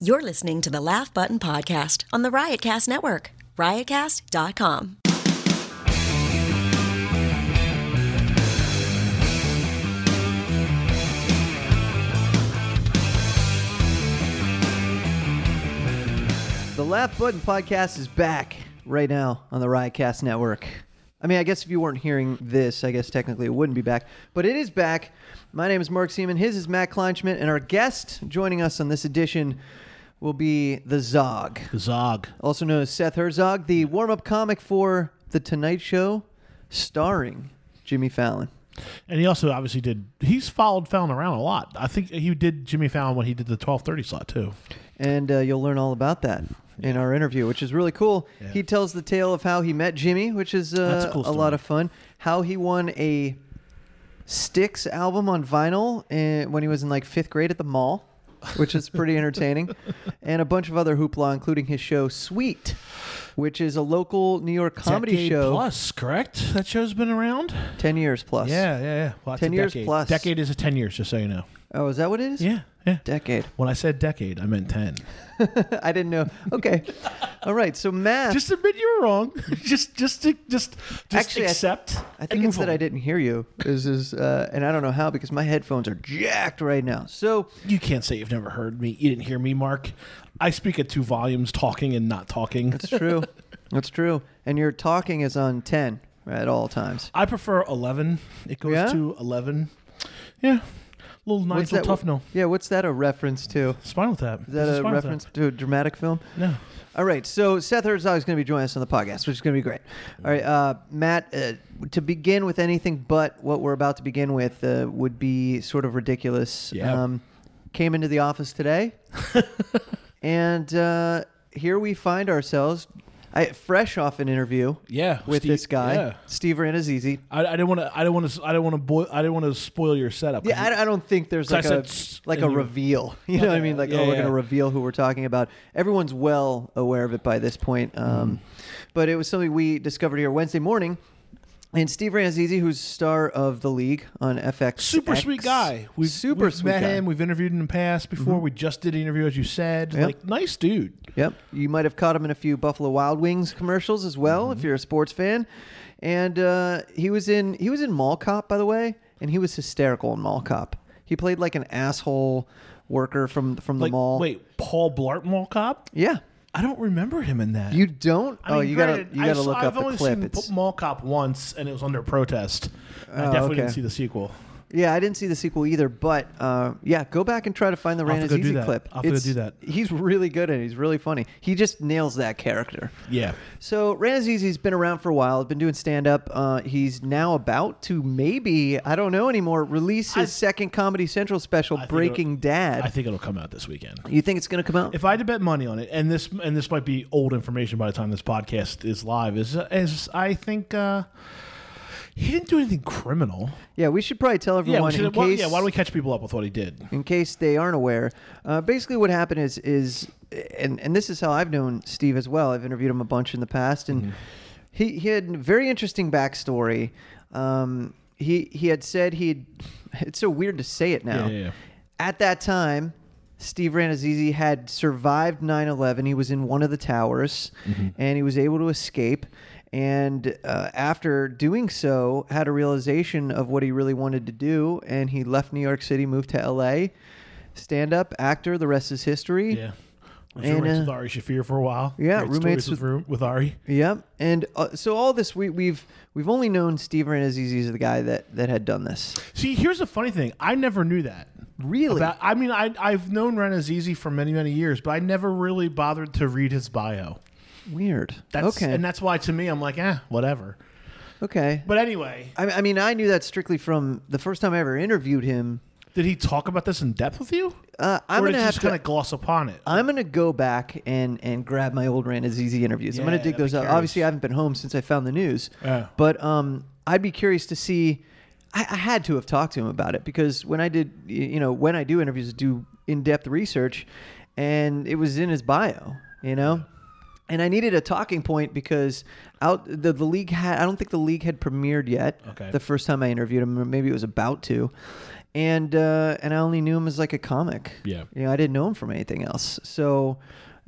You're listening to the Laugh Button Podcast on the Riotcast Network, riotcast.com. The Laugh Button Podcast is back right now on the Riotcast Network. I mean, I guess if you weren't hearing this, I guess technically it wouldn't be back, but it is back. My name is Mark Seaman. His is Matt Kleinschmidt, and our guest joining us on this edition will be the Zog, Zog. also known as Seth Herzog, the warm-up comic for The Tonight Show, starring Jimmy Fallon. And he also obviously did. He's followed Fallon around a lot. I think he did Jimmy Fallon when he did the twelve thirty slot too. and uh, you'll learn all about that in our interview, which is really cool. Yeah. He tells the tale of how he met Jimmy, which is That's uh, a cool a story. lot of fun. How he won a Styx album on vinyl uh, when he was in like fifth grade at the mall, which is pretty entertaining, and a bunch of other hoopla, including his show Sweet, which is a local New York comedy Decade show, plus, correct? That show's been around. ten years plus. Yeah, yeah, yeah. Well, that's a 10 years decade. plus. Decade is a ten years, just so you know. Oh, is that what it is? Yeah, yeah. Decade. When I said decade, I meant ten. I didn't know. Okay. All right. So math. Just admit you were wrong. just, just, just, just Actually, I- accept. I and think it's move that I on. didn't hear you. Is is uh, and I don't know how because my headphones are jacked right now. So You can't say you've never heard me. You didn't hear me, Mark. I speak at two volumes, talking and not talking. it's true. That's true. And your talking is on ten at all times. I prefer eleven. It goes Yeah? to eleven. Yeah, little Nigel that? Tufnell. Yeah. What's that a reference to? Spinal Tap. Is that a reference to a dramatic film? No. All right. So Seth Herzog is going to be joining us on the podcast, which is going to be great. All right, uh, Matt. Uh, to begin with anything but what we're about to begin with uh, would be sort of ridiculous. Um, Yeah. came into the office today, and uh, here we find ourselves, I, fresh off an interview Yeah. with Steve- this guy, Yeah. Steve Ranazizi. I, I didn't want to. I didn't want to. I didn't want to. Boil, I didn't want to spoil your setup. Yeah, I, I don't think there's 'Cause like I a said tss, like a and you- reveal. You know what I mean? Like, Yeah, oh, we're yeah. going to reveal who we're talking about. Everyone's well aware of it by this Mm. point. Um, But it was something we discovered here Wednesday morning. And Steve Ranzizi, who's star of the league on FX, super sweet guy. We've super we've sweet met guy. Mm-hmm. him. We've interviewed him in the past before. We just did an interview, as you said. Yep. Like nice dude. Yep. You might have caught him in a few Buffalo Wild Wings commercials as well, Mm-hmm. if you're a sports fan. And uh, he was in he was in Mall Cop, by the way, and he was hysterical in Mall Cop. He played like an asshole worker from from the Like mall. wait, Paul Blart Mall Cop. Yeah. I don't remember him in that. You don't? I oh, mean, you granted, gotta you I gotta saw- look up I've the only clip. seen It's, Mall Cop once, and it was under protest. Oh, I definitely okay. didn't see the sequel. yeah, I didn't see the sequel either, but uh, yeah, go back and try to find the I'll have to go do Ranazzi that. clip. I'll have to go It's- do that. He's really good at it. He's really funny. He just nails that character. Yeah. So Ranazizi's been around for a while. Been doing stand up. Uh, he's now about to maybe I don't know anymore. Release his I- second Comedy Central special, think Breaking it'll- Dad. I think it'll come out this weekend. you think it's gonna come out? If I had to bet money on it, and this and this might be old information by the time this podcast is live, is is I think uh, he didn't do anything criminal. yeah, we should probably tell Yeah, everyone we should, in why- case. yeah. Why don't we catch people up with what he did? in case they aren't aware, uh, basically what happened is is and and this is how I've known Steve as well. I've interviewed him a bunch in the past, Mm-hmm. and he he had a very interesting backstory. Um, he he had said he'd. It's so weird to say it now. Yeah, yeah, yeah. At that time, Steve Ranazizi had survived 9/11. He was in one of the towers, Mm-hmm. and he was able to escape. And uh, after doing so, had a realization of what he really wanted to do, and he left New York City, moved to L.A. Stand up actor. The rest is history. Yeah, was And, roommates uh, with Ari Shafir for a while. yeah, Great stories roommates with, room- with Ari. Yep. And uh, so all this we, we've we've only known Steve Ranazizi is the guy that that had done this. See, here's the funny thing. I never knew that. Really? About- I mean, I, I've known Ren Azizi for many, many years, but I never really bothered to read his bio. Weird. That's, okay. And that's why, to me, I'm like, eh, whatever. okay. But anyway, I, I mean, I knew that strictly from the first time I ever interviewed him. did he talk about this in depth with you? Uh, I'm or gonna did he have just kind to. Uh, of gloss upon it? I'm gonna go back and and grab my old Ran Azizi interviews. I'm gonna Yeah, dig I'd be those up. curious. Obviously, I haven't been home since I found the news. Yeah. But um, I'd be curious to see. I, I had to have talked to him about it because when I did, y- you know, when I do interviews, I do in-depth research, and it was in his bio, you know. And I needed a talking point because out the, the league had I don't think the league had premiered yet. Okay. The first time I interviewed him, or maybe it was about to, and uh, and I only knew him as like a comic. Yeah. you know, I didn't know him from anything else. So,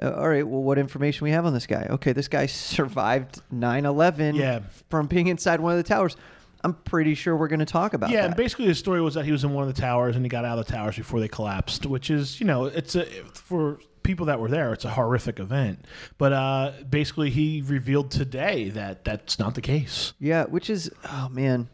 uh, all right, well, what information we have on this guy? Okay, this guy survived 9/11 Yeah. from being inside one of the towers. I'm pretty sure we're going to talk about Yeah, that. and basically his story was that he was in one of the towers and he got out of the towers before they collapsed, which is you know it's a for people that were there it's a horrific event. But uh, basically he revealed today that that's not the case, yeah, which is oh man,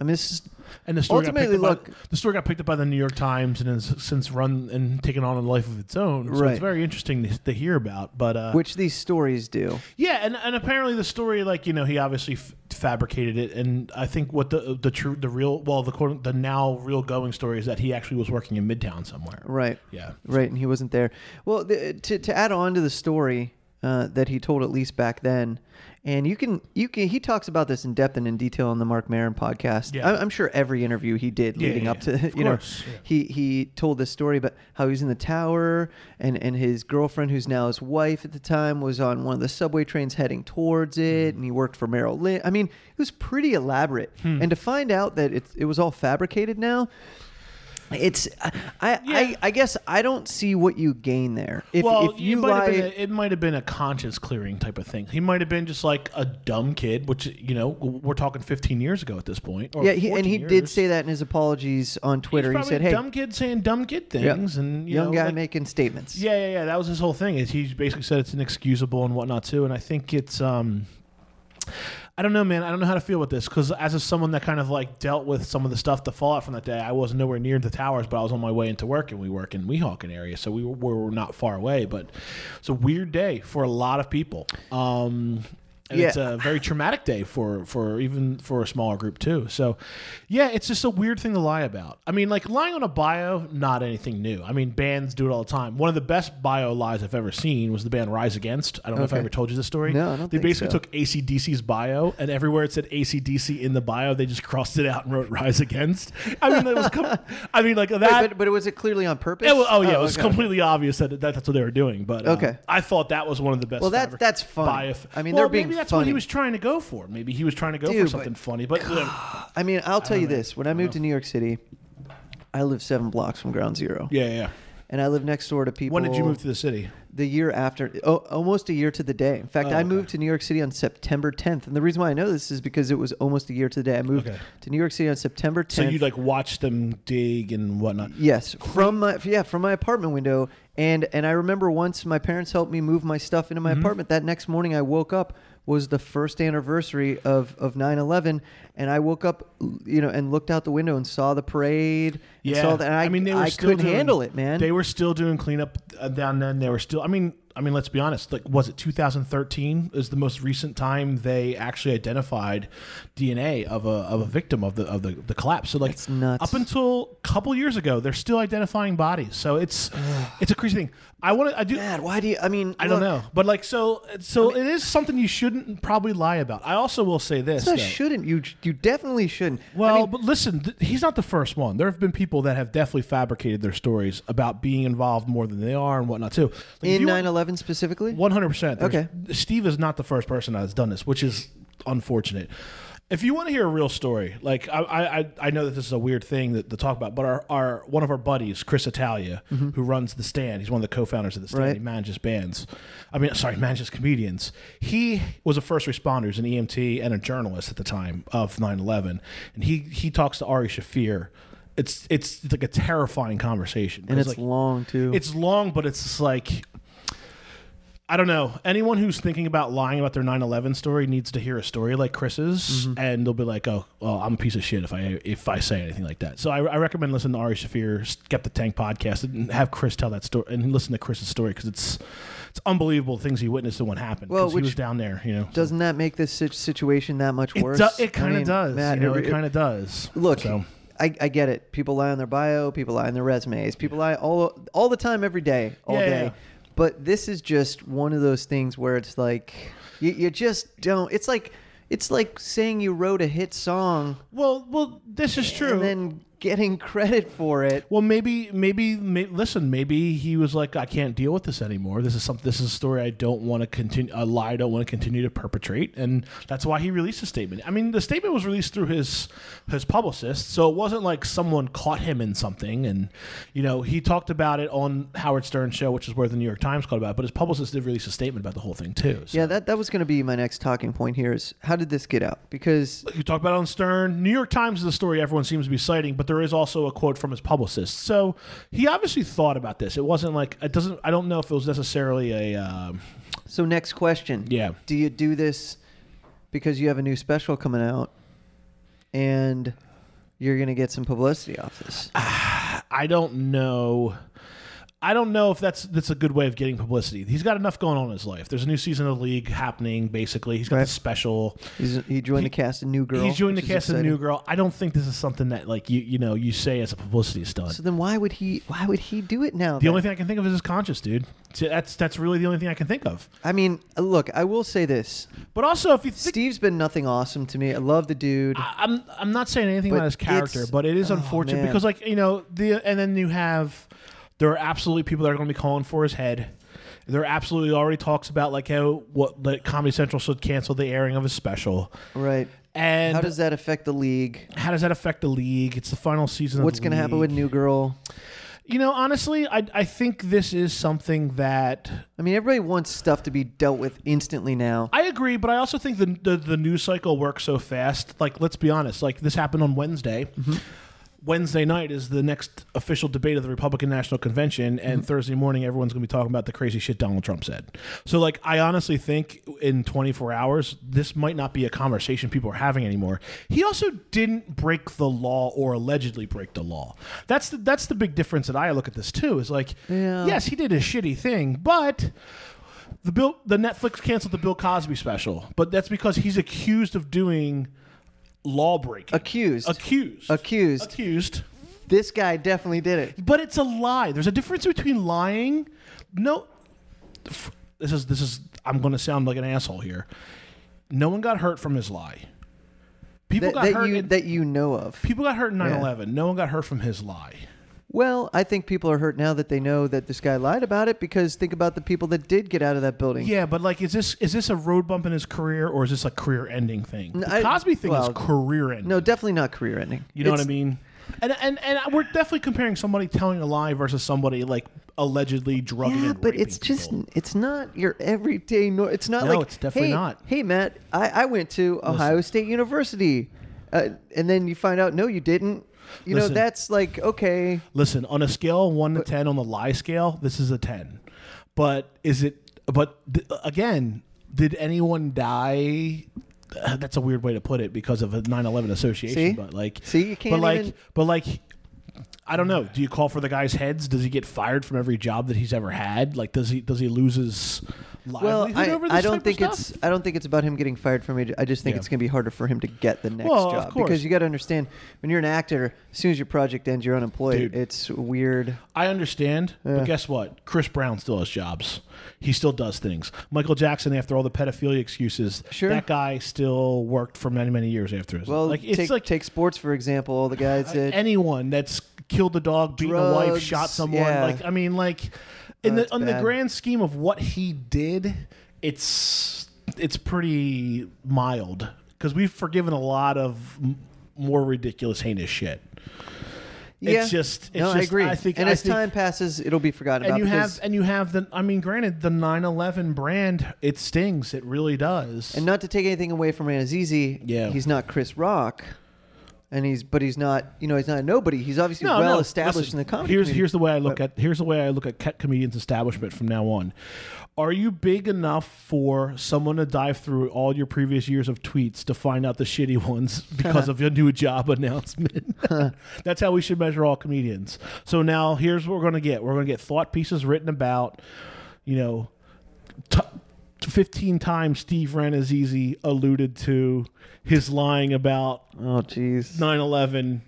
I mean, this is and the story Ultimately, got picked up by, look- the story got picked up by the New York Times and has since run and taken on a life of its own. So Right. it's very interesting to, to hear about. But uh, which these stories do. Yeah, and, and apparently the story, like you know, he obviously f- fabricated it, and I think what the the true the real well the quote- the now real going story is that he actually was working in Midtown somewhere. Right. Yeah. Right, and he wasn't there. Well, th- to to add on to the story uh, that he told at least back then, and you can you can he talks about this in depth and in detail on the Mark Maron podcast. Yeah. I- I'm sure every interview he did Yeah, leading yeah, up to yeah. Of you know course, yeah. he he told this story about how he was in the tower and and his girlfriend who's now his wife at the time was on one of the subway trains heading towards Hmm. it, and he worked for Merrill Lynch. I mean, it was pretty elaborate, Hmm. and to find out that it it was all fabricated now. It's I, I I guess I don't see what you gain there. If, well, if you it, might have been lie, a, it might have been a conscience clearing type of thing. He might have been just like a dumb kid, which you know we're talking 15 years ago at this point. Or yeah, he, and 14 he did oh, years. say that in his apologies on He's Twitter. He probably said, "Hey, dumb kid saying dumb kid yeah, things," and you young know, guy like- making statements." Yeah, yeah, yeah. That was his whole thing. Is he basically said it's inexcusable and whatnot too. And I think it's um, I don't know, man. I don't know how to feel about this because as of someone that kind of like dealt with some of the stuff, the fallout from that day, I was nowhere near the towers, but I was on my way into work, and we work in Weehawken area, so we were, we were not far away. But it's a weird day for a lot of people. Um. And it's Yeah. a very traumatic day for for even for a smaller group too. So, yeah, it's just a weird thing to lie about. I mean, like lying on a bio, not anything new. I mean, bands do it all the time. One of the best bio lies I've ever seen was the band Rise Against. I don't know if I Okay. ever told you this story. No, I don't They think basically so. took ACDC's bio, and everywhere it said ACDC in the bio, they just crossed it out and wrote Rise Against. I mean, it was. Com- I mean, like that. Wait, but but was it clearly on purpose? it was- oh yeah, it was okay. completely obvious that, that that's what they were doing. But uh, Okay. I thought that was one of the best. Well, that- fabric- that's funny. bias- I mean, well, they're being maybe that's what funny. he was trying to go for. Maybe he was trying to go Dude, for but- something funny, but. I mean, I'll tell you know. this: when I moved to New York City, I lived seven blocks from Ground Zero, yeah, yeah, yeah. and I lived next door to people. When did you move to the city? the year after, oh, almost a year to the day. In fact, Oh, I okay. moved to New York City on September 10th, and the reason why I know this is because it was almost a year to the day. I moved Okay. to New York City on September 10th. So you like watch them dig and whatnot. Yes, from my yeah, from my apartment window, and and I remember once my parents helped me move my stuff into my Mm-hmm. apartment. That next morning, I woke up was the first anniversary of of 9-11 and i woke up you know and looked out the window and saw the parade and Yeah, saw that and i, mean, they were I still couldn't doing- handle it man They were still doing cleanup uh, down then. They were still. I mean, I mean, let's be honest. Like, was it 2013? Is the most recent time they actually identified DNA of a of a victim of the of the, the collapse? So like, That's nuts. up until a couple years ago, they're still identifying bodies. So it's it's a crazy thing. I want to. I do. Dad, why do you i mean I don't look, know, but like so, so it is something you shouldn't probably lie about. I also will say this: it's not though. shouldn't you you definitely shouldn't I Well, mean, but listen, th- he's not the first one. There have been people that have definitely fabricated their stories about being involved more than they are and whatnot too. in 9-11 specifically one hundred percent. Okay. Steve is not the first person that has done this, which is unfortunate. If you want to hear a real story, like I, I, I- I know that this is a weird thing that, to talk about, but our, our one of our buddies, Chris Italia, who runs the Stand, he's one of the co-founders of the Stand. Mm-hmm. Right. He manages bands. I mean, sorry, manages comedians. He was a first responder, he's an EMT and a journalist at the time of 9/11, and he he talks to Ari Shafir. It's it's like a terrifying conversation, and it's like, long too it's long, but it's just like I don't know. Anyone who's thinking about lying about their 9/11 story needs to hear a story like Chris's, and they'll be like, "Oh, well, I'm a piece of shit if I if I say anything like that." So I, I recommend listening to Ari Shafir's Get the Tank podcast and have Chris tell that story and listen to Chris's story because it's it's unbelievable the things he witnessed and what happened. Well, 'cause he which was down there, you know. doesn't that make this sit- situation that much it worse do- I it kind of mean, does. Matt, you know, it- it, kind of does. Look, So- I, I get it. People lie on their bio. People lie on their resumes. People lie all all the time, every day, all Yeah, yeah, day. yeah. But this is just one of those things where it's like you, you just don't. It's like it's like saying you wrote a hit song well, well, this is true. and then getting credit for it. Well, maybe, maybe, may, listen. Maybe he was like, I can't deal with this anymore. This is some. This is a story I don't want to continue. A lie I don't want to continue to perpetrate, and that's why he released a statement. I mean, the statement was released through his his publicist, so it wasn't like someone caught him in something. And you know, he talked about it on Howard Stern's show, which is where the New York Times called about. it, But his publicist did release a statement about the whole thing too. So. Yeah, that, that was going to be my next talking point here is how did this get out? Because you talk about it on Stern. New York Times is the story everyone seems to be citing, but there is also a quote from his publicist. So he obviously thought about this. It wasn't like it doesn't. I don't know if it was necessarily a. Um, so next question. Yeah. Do you do this because you have a new special coming out and you're going to get some publicity off this? I don't know. I don't know if that's that's a good way of getting publicity. He's got enough going on in his life. There's a new season of the league happening. Basically, he's got Right. this special. He's, he joined the cast of New Girl. he's doing the which is cast of exciting. New Girl. I don't think this is something that like you you know you say as a publicity stunt. So then why would he why would he do it now? the then? only thing I can think of is his conscience, dude. So That's that's really the only thing I can think of. I mean, uh, look, I will say this. But also, if you think Steve's been nothing awesome to me. I love the dude. I- I'm I'm not saying anything But about his character, it's- but it is oh, unfortunate man. because like you know the and then you have there are absolutely people that are going to be calling for his head. There are absolutely already talks about like how what like Comedy Central should cancel the airing of his special. right. And How does that affect the league? that affect the league? It's the final season. What's going going to happen with New Girl? you know? Honestly, I I think this is something that I mean, everybody wants stuff to be dealt with instantly now. I agree, but I also think the, the the news cycle works so fast. Like, let's be honest. Like, this happened on Wednesday. Mm-hmm. Wednesday night is the next official debate of the Republican National Convention, and Thursday morning, everyone's going to be talking about the crazy shit Donald Trump said. So, like, I honestly think in 24 hours, this might not be a conversation people are having anymore. He also didn't break the law or allegedly break the law. That's the, that's the big difference that I look at this too. Is like, Yeah. yes, he did a shitty thing, but the Bill, the Netflix canceled the Bill Cosby special, but that's because he's accused of doing law breaking. Accused. Accused. Accused. Accused. This guy definitely did it. But it's a lie. There's a difference between lying. No, f- this is this is. I'm going to sound like an asshole here. No one got hurt from his lie. People That, got that hurt. you in, that you know of. people got hurt in 9/11. No one got hurt from his lie. Well, I think people are hurt now that they know that this guy lied about it because think about the people that did get out of that building. Yeah, but like, is this is this a road bump in his career, or is this a career ending thing? The I- Cosby thing well, is career ending. No, definitely not career ending. You know what I It's- mean? And, and and we're definitely comparing somebody telling a lie versus somebody like allegedly drugging. Yeah, and but raping it's just people. it's not your everyday. No, it's not No, like it's definitely hey, not. Hey, Matt, I, I went to Ohio State University, uh, and then you find out no, you didn't. You Listen. know that's like okay. listen on a scale of one to ten on the lie scale, this is a ten. But is it? But th- again, did anyone die? Uh, That's a weird way to put it because of a 9/11 association. See? But like, See, you But can't like, even- but like. I don't know. Do you call for the guy's heads? Does he get fired from every job that he's ever had? Like, does he does he lose his Well, livelihood I, over this I type don't of think stuff? it's I don't think it's about him getting fired from it. I just think Yeah. it's going to be harder for him to get the next Well, of job course. because you got to understand when you're an actor, as soon as your project ends, you're unemployed. Dude. It's weird. I understand, but guess what? Chris Brown still has jobs. He still does things. Michael Jackson, after all the pedophilia excuses, Sure. that guy still worked for many, many years after his. Well, like it's take, like take sports for example. All the guys that anyone that's killed a dog, beaten a wife, Drugs, shot someone. yeah. Like I mean, like in the it's on the bad. grand scheme of what he did, it's it's pretty mild because we've forgiven a lot of m- more ridiculous, heinous shit. yeah. It's just it's no, just, I agree. I think and I as think- time passes, it'll be forgotten and about. you because- have and you have the i mean granted the 9-11 brand it stings it really does And not to take anything away from Anazizi, Yeah. he's not Chris Rock, and he's but he's not you know he's not a nobody. He's obviously well established listen, in the comedy. here's community. here's the way i look at here's the way i look at cat comedians establishment from now on are you big enough for someone to dive through all your previous years of tweets to find out the shitty ones because of your new job announcement that's how we should measure all comedians so now here's what we're going to get we're going to get thought pieces written about you know t- 15 times Steve Ranazizi alluded to his lying about oh jeez. 9 11.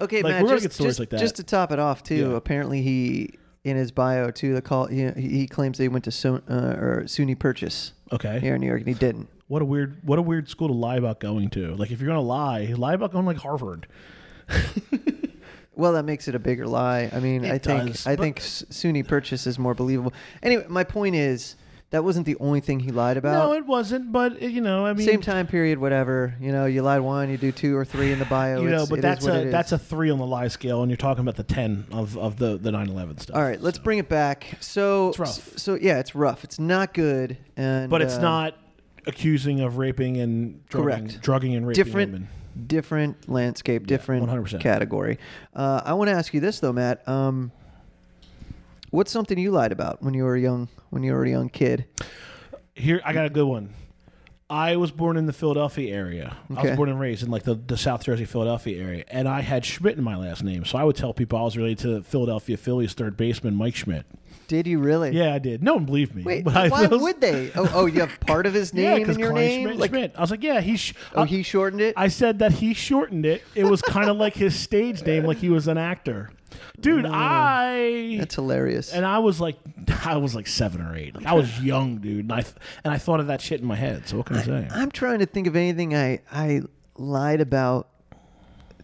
Okay, Like, Matt, we're gonna just, get stories just- like that. just to top it off, too. Yeah. Apparently, he in his bio too. The call he, he claims they went to Son, uh, or SUNY Purchase Okay. here in New York, and he didn't. What a weird what a weird school to lie about going to. Like if you're going to lie, lie about going like Harvard. Well, that makes it a bigger lie. I mean, It I think does, I but- think S- SUNY purchase is more believable. Anyway, my point is that wasn't the only thing he lied about. no, it wasn't. But you know, I mean, Same time period, whatever. You know, you lied one, you do two or three in the bio. you know, it's, it but is that's what it a is. that's a three on the lie scale, and you're talking about the ten of of the the nine eleven stuff. All right, let's bring it back. So, It's rough. so yeah, it's rough. It's not good, and but it's uh, not accusing of raping and drugging, Correct. drugging and raping different. women. Different landscape, different 100%. category. Uh, I want to ask you this though, Matt. Um, what's something you lied about when you were a young when you were a young kid? Here, I got a good one. I was born in the Philadelphia area. I Okay. was born and raised in like the, the South Jersey, Philadelphia area, and I had Schmidt in my last name, so I would tell people I was related to Philadelphia Phillies third baseman Mike Schmidt. Did you really? Yeah, I did. No one believed me. Wait, but I why was- would they? Oh, oh, you have part of his name because in your Klein name. Schmidt, like, Schmidt. I was like, yeah, he. Sh- oh, I- he shortened it. I said that he shortened it. It was kind of like his stage name, like he was an actor. Dude, I That's hilarious. and I was like, I was like seven or eight. Like, I was young, dude, and I th- and I thought of that shit in my head. So what can I, say? I'm trying to think of anything I I lied about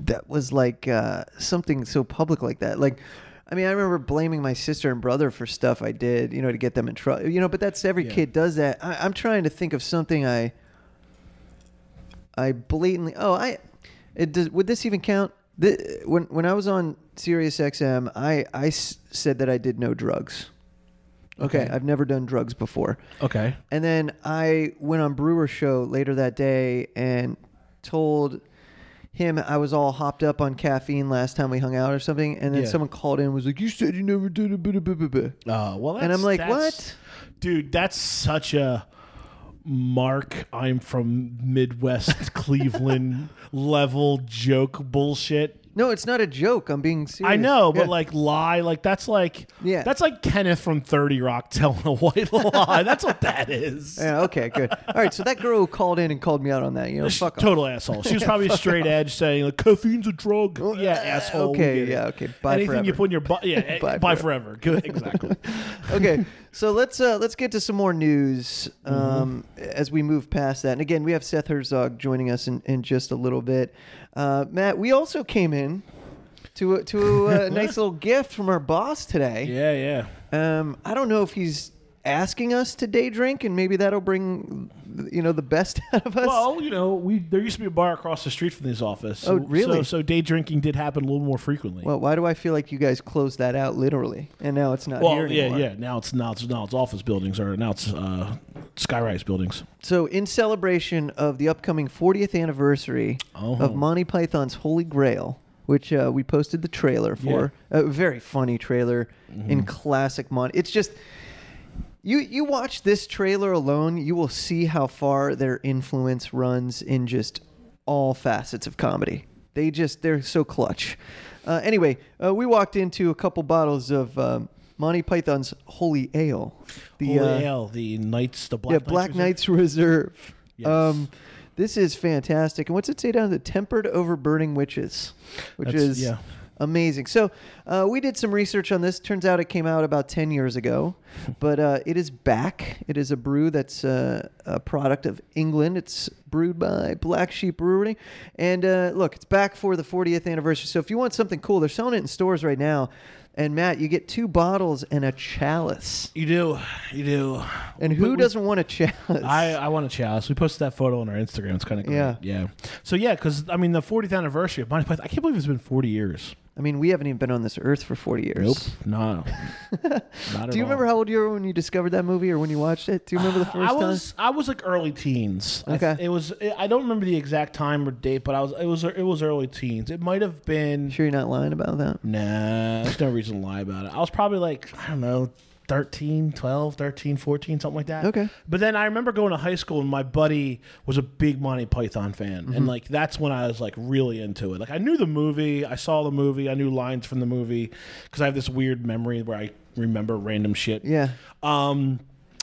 that was like uh, something so public like that. Like, I mean, I remember blaming my sister and brother for stuff I did, you know, to get them in trouble. You know, but that's every Yeah. kid does that. I, I'm trying to think of something I I blatantly. Oh, I it does, would this even count? The, when when I was on Sirius XM, I I s- said that I did no drugs. okay, Okay. I've never done drugs before. okay, And then I went on Brewer's show later that day and told him I was all hopped up on caffeine last time we hung out or something. And then Yeah. someone called in and was like, "You said you never did it." blah, blah, blah, blah, blah." uh, well, that's, And I'm like, that's- "What?" dude? That's such a mark. I'm from Midwest Cleveland level joke bullshit. No, it's not a joke. I'm being serious. I know, but Yeah. like lie, like that's like Yeah. that's like Kenneth from Thirty Rock telling a white lie. that's what that is. Yeah, okay, good. All right, so that girl who called in and called me out on that, you know, fuck off. Total asshole. She was probably straight edge saying like caffeine's a drug. Yeah, asshole. we uh, okay, get it. yeah, okay, bye Anything you forever. put in your butt, yeah, eh, Bye bye, bye forever. Good, exactly. okay, so let's uh, let's get to some more news Mm-hmm. um, as we move past that. And again, we have Seth Herzog joining us in, in just a little bit. Uh, Matt, we also came in to a, to a, uh, nice little gift from our boss today. yeah, yeah. Um, I don't know if he's asking us to day drink, and maybe that'll bring you know the best out of us. Well, you know, we there used to be a bar across the street from this office. So, Oh, really? So, so day drinking did happen a little more frequently. Well, why do I feel like you guys closed that out literally, and now it's not here Well, yeah, anymore? yeah. Now it's now it's now it's office buildings or now it's uh, skyrise buildings. So, in celebration of the upcoming 40th anniversary Oh. of Monty Python's Holy Grail, which uh, we posted the trailer for, a very funny trailer Mm-hmm. in classic Monty. It's just you you watch this trailer alone, you will see how far their influence runs in just all facets of comedy. They just they're so clutch. Uh, anyway, uh, we walked into a couple bottles of um, Monty Python's Holy Ale. The, Holy uh, hell, the knights, the black yeah, Knights Black Reserve. Knights Reserve. Yes. Um, this is fantastic. And what's it say down the tempered over burning witches, which That's- is yeah. amazing. So uh, we did some research on this. Turns out it came out about ten years ago, but uh, it is back. It is a brew that's uh, a product of England. It's brewed by Black Sheep Brewery, and uh, look, it's back for the 40th anniversary. So if you want something cool, they're selling it in stores right now. And Matt, you get two bottles and a chalice. You do, you do. And We- who we- doesn't want a chalice? I, I want a chalice. We posted that photo on our Instagram. It's kind of great. Yeah. Yeah. So yeah, because I mean the 40th anniversary of Monty Python. I can't believe it's been 40 years. I mean, we haven't even been on this earth for 40 years. No. Not at Do you remember how old you were when you discovered that movie or when you watched it? Do you remember the first Uh, I was I was like early teens. I th- Okay. it was I don't remember the exact time or date, but I was it was it was early teens. It might have been time? Sure, you're not lying about that. Nah, there's no reason to lie about it. I was probably like, I don't know, 13, 12, 13, 14, something like that. Okay. But then I remember going to high school and my buddy was a big Monty Python fan. Mm-hmm. And like that's when I was like really into it. Like I knew the movie, I saw the movie, I knew lines from the movie because I have this weird memory where I remember random shit. Yeah. Um,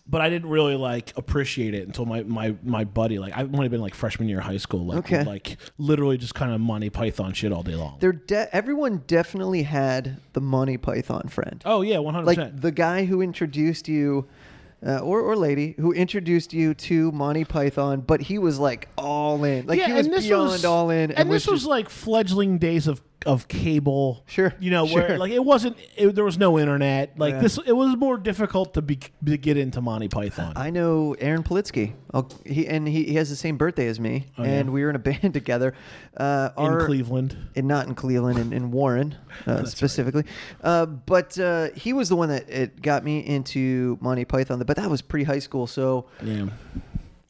but I didn't really like appreciate it until my my my buddy like I might have been like freshman year of high school like Okay. would, like literally just kind of Monty Python shit all day long. They're de- everyone definitely had the Monty Python friend. oh yeah, one hundred like percent. the guy who introduced you, uh, or, or lady who introduced you to Monty Python, but he was like all in. Like he was beyond all in. And, this was, just- like fledgling days of of cable. Sure, You know where sure. like it wasn't. It, there was no internet. Like Yeah. this, it was more difficult to be to get into Monty Python. I know Aaron Politsky. I'll, he and he, he has the same birthday as me, and we were in a band together. Uh, Oh, in our, Cleveland. and not in Cleveland and in Warren uh, specifically. Uh, but uh, he was the one that it got me into Monty Python. But that was pre high school, so Yeah.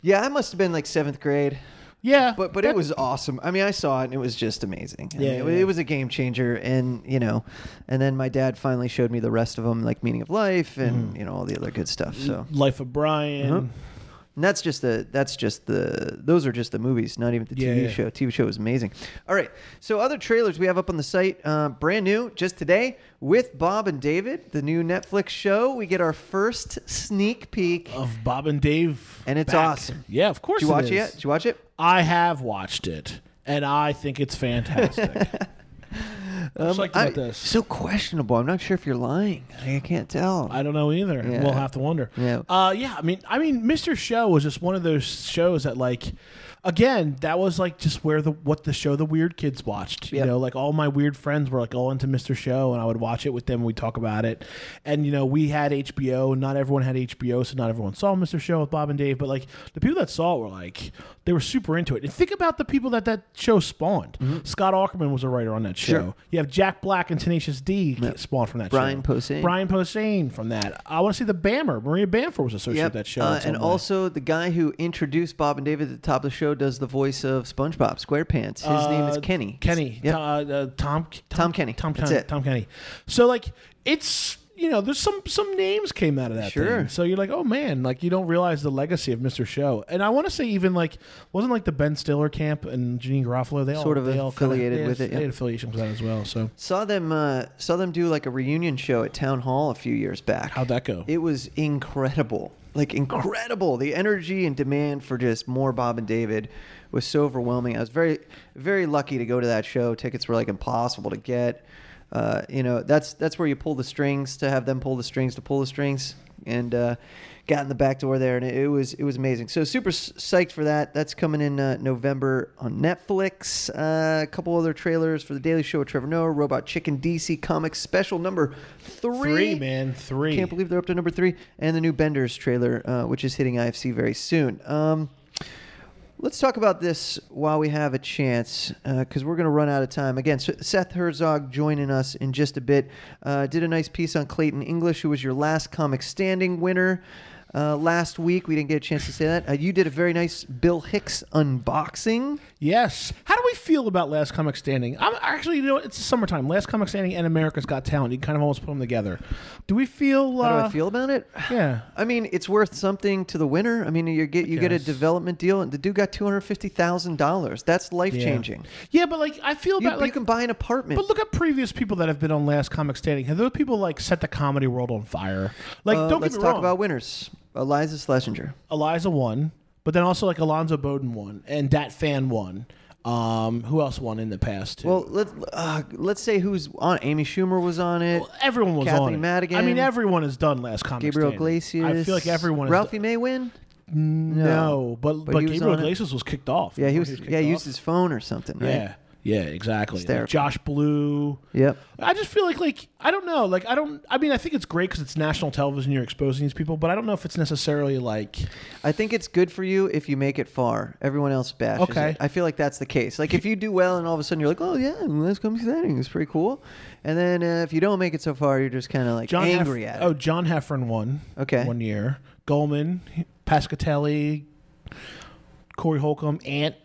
yeah, I must have been like seventh grade. Yeah. But but it was awesome. I mean, I saw it and it was just amazing. I mean, Yeah, it, yeah, wa- yeah. it was a game changer, and you know, and then my dad finally showed me the rest of them, like Meaning of Life and Mm. you know all the other good stuff. So Life of Brian. Uh-huh. and that's just the that's just the those are just the movies, not even the Yeah, TV yeah. show. TV show is amazing. All right, so other trailers we have up on the site, uh, brand new, just today with Bob and David, the new Netflix show. We get our first sneak peek. Of Bob and Dave, And it's back. awesome. Yeah, of course. Did you watch it is. yet? Did you watch it? I have watched it, and I think it's fantastic. What's like Um, I- about this? So questionable. I'm not sure if you're lying. I can't tell. I don't know either. Yeah. We'll have to wonder. Yeah. Uh, yeah. I mean, I mean, Mr. Show was just one of those shows that, like, again, that was like just where the what the show the weird kids watched. You Yep. know, like all my weird friends were like all into Mr. Show, and I would watch it with them. and We'd talk about it, and you know, we had HBO. and Not everyone had HBO, so not everyone saw Mr. Show with Bob and Dave. But like the people that saw it were like they were super into it. And think about the people that that show spawned. Scott Ackerman was a writer on that show. Mm-hmm. Sure. You have Jack Black and Tenacious D spawned from that Brian show. Posehn. Brian Brian Posehn from that. I want to see the Bammer. Maria Bamford was associated Yep. with that show. Uh, in some and way. also, the guy who introduced Bob and David at the top of the show does the voice of SpongeBob SquarePants. His name is Uh, Kenny. Kenny. Yep. To- uh, uh, Tom, Tom. Tom Kenny. Tom. That's Tom, it. Tom Kenny. So like it's you know there's some some names came out of that. Sure. thing. So you're like oh man like you don't realize the legacy of Mr. Show. And I want to say even like wasn't like the Ben Stiller camp and Gene Garofalo they all Sort of they all kinda- affiliated they had- with it, They yeah. had affiliation with that as well. So Saw them uh, saw them do like a reunion show at Town Hall a few years back. how'd that go? It was incredible. Like incredible. The energy and demand for just more Bob and David was so overwhelming. I was very very lucky to go to that show. Tickets were like impossible to get. Uh, you know, that's that's where you pull the strings to have them pull the strings to pull the strings and uh, got in the back door there and it, it was it was amazing. So super s- psyched for that. That's coming in uh, November on Netflix. Uh, a couple other trailers for The Daily Show with Trevor Noah, Robot Chicken DC Comics special number 3. three man three. Can't believe they're up to number three. And the new Benders trailer, uh, which is hitting IFC very soon. Um, let's talk about this while we have a chance, because we're going to run out of time. Again, S- Seth Herzog joining us in just a bit. Uh, did a nice piece on Clayton English, who was your last Comic Standing winner. Uh, last week, we didn't get a chance to say that. Uh, you did a very nice Bill Hicks unboxing. Yes. How do we feel about Last Comic Standing? I'm actually, you know, what? it's summertime. Last Comic Standing and America's Got Talent. You can kind of almost put them together. Do we feel? How uh, do I feel about it? Yeah. I mean, it's worth something to the winner. I mean, you get you get a guess. development deal, and the dude got two hundred fifty thousand dollars. That's life Yeah. changing. Yeah, but like I feel You, about you like. can buy an apartment. but look at previous people that have been on Last Comic Standing. Have those people like set the comedy world on fire? Like, Uh, don't let's get me talk wrong. about winners. Eliza Schlesinger. Eliza won, but then also like Alonzo Bowden won, and Dat Fan won. Um, who else won in the past? Too? Well, let uh, let's say who's on. Amy Schumer was on it. everyone was Kathleen on. it. Madigan. I mean, everyone has done Last Comic Gabriel Standing. Iglesias. I feel like everyone. has Ralphie May win. No, but but, he was Gabriel on it. Iglesias was kicked off. Yeah, he Remember was. kicked Yeah, he off? used his phone or something. Right? Yeah, yeah, exactly. Like terrible. Josh Blue. Yep. I just feel like like I don't know. Like I don't. I mean, I think it's great because it's national television. You're exposing these people, but I don't know if it's necessarily like. I think it's good for you if you make it far. Everyone else bashes Okay. it. I feel like that's the case. Like if you do well and all of a sudden you're like, oh yeah, let's come see that. It's pretty cool. And then uh, if you don't make it so far, you're just kind of like John angry Hef- at Oh, it. John Heffron won. Okay. One year. Goldman, Pascatelli, Corey Holcomb, Ant,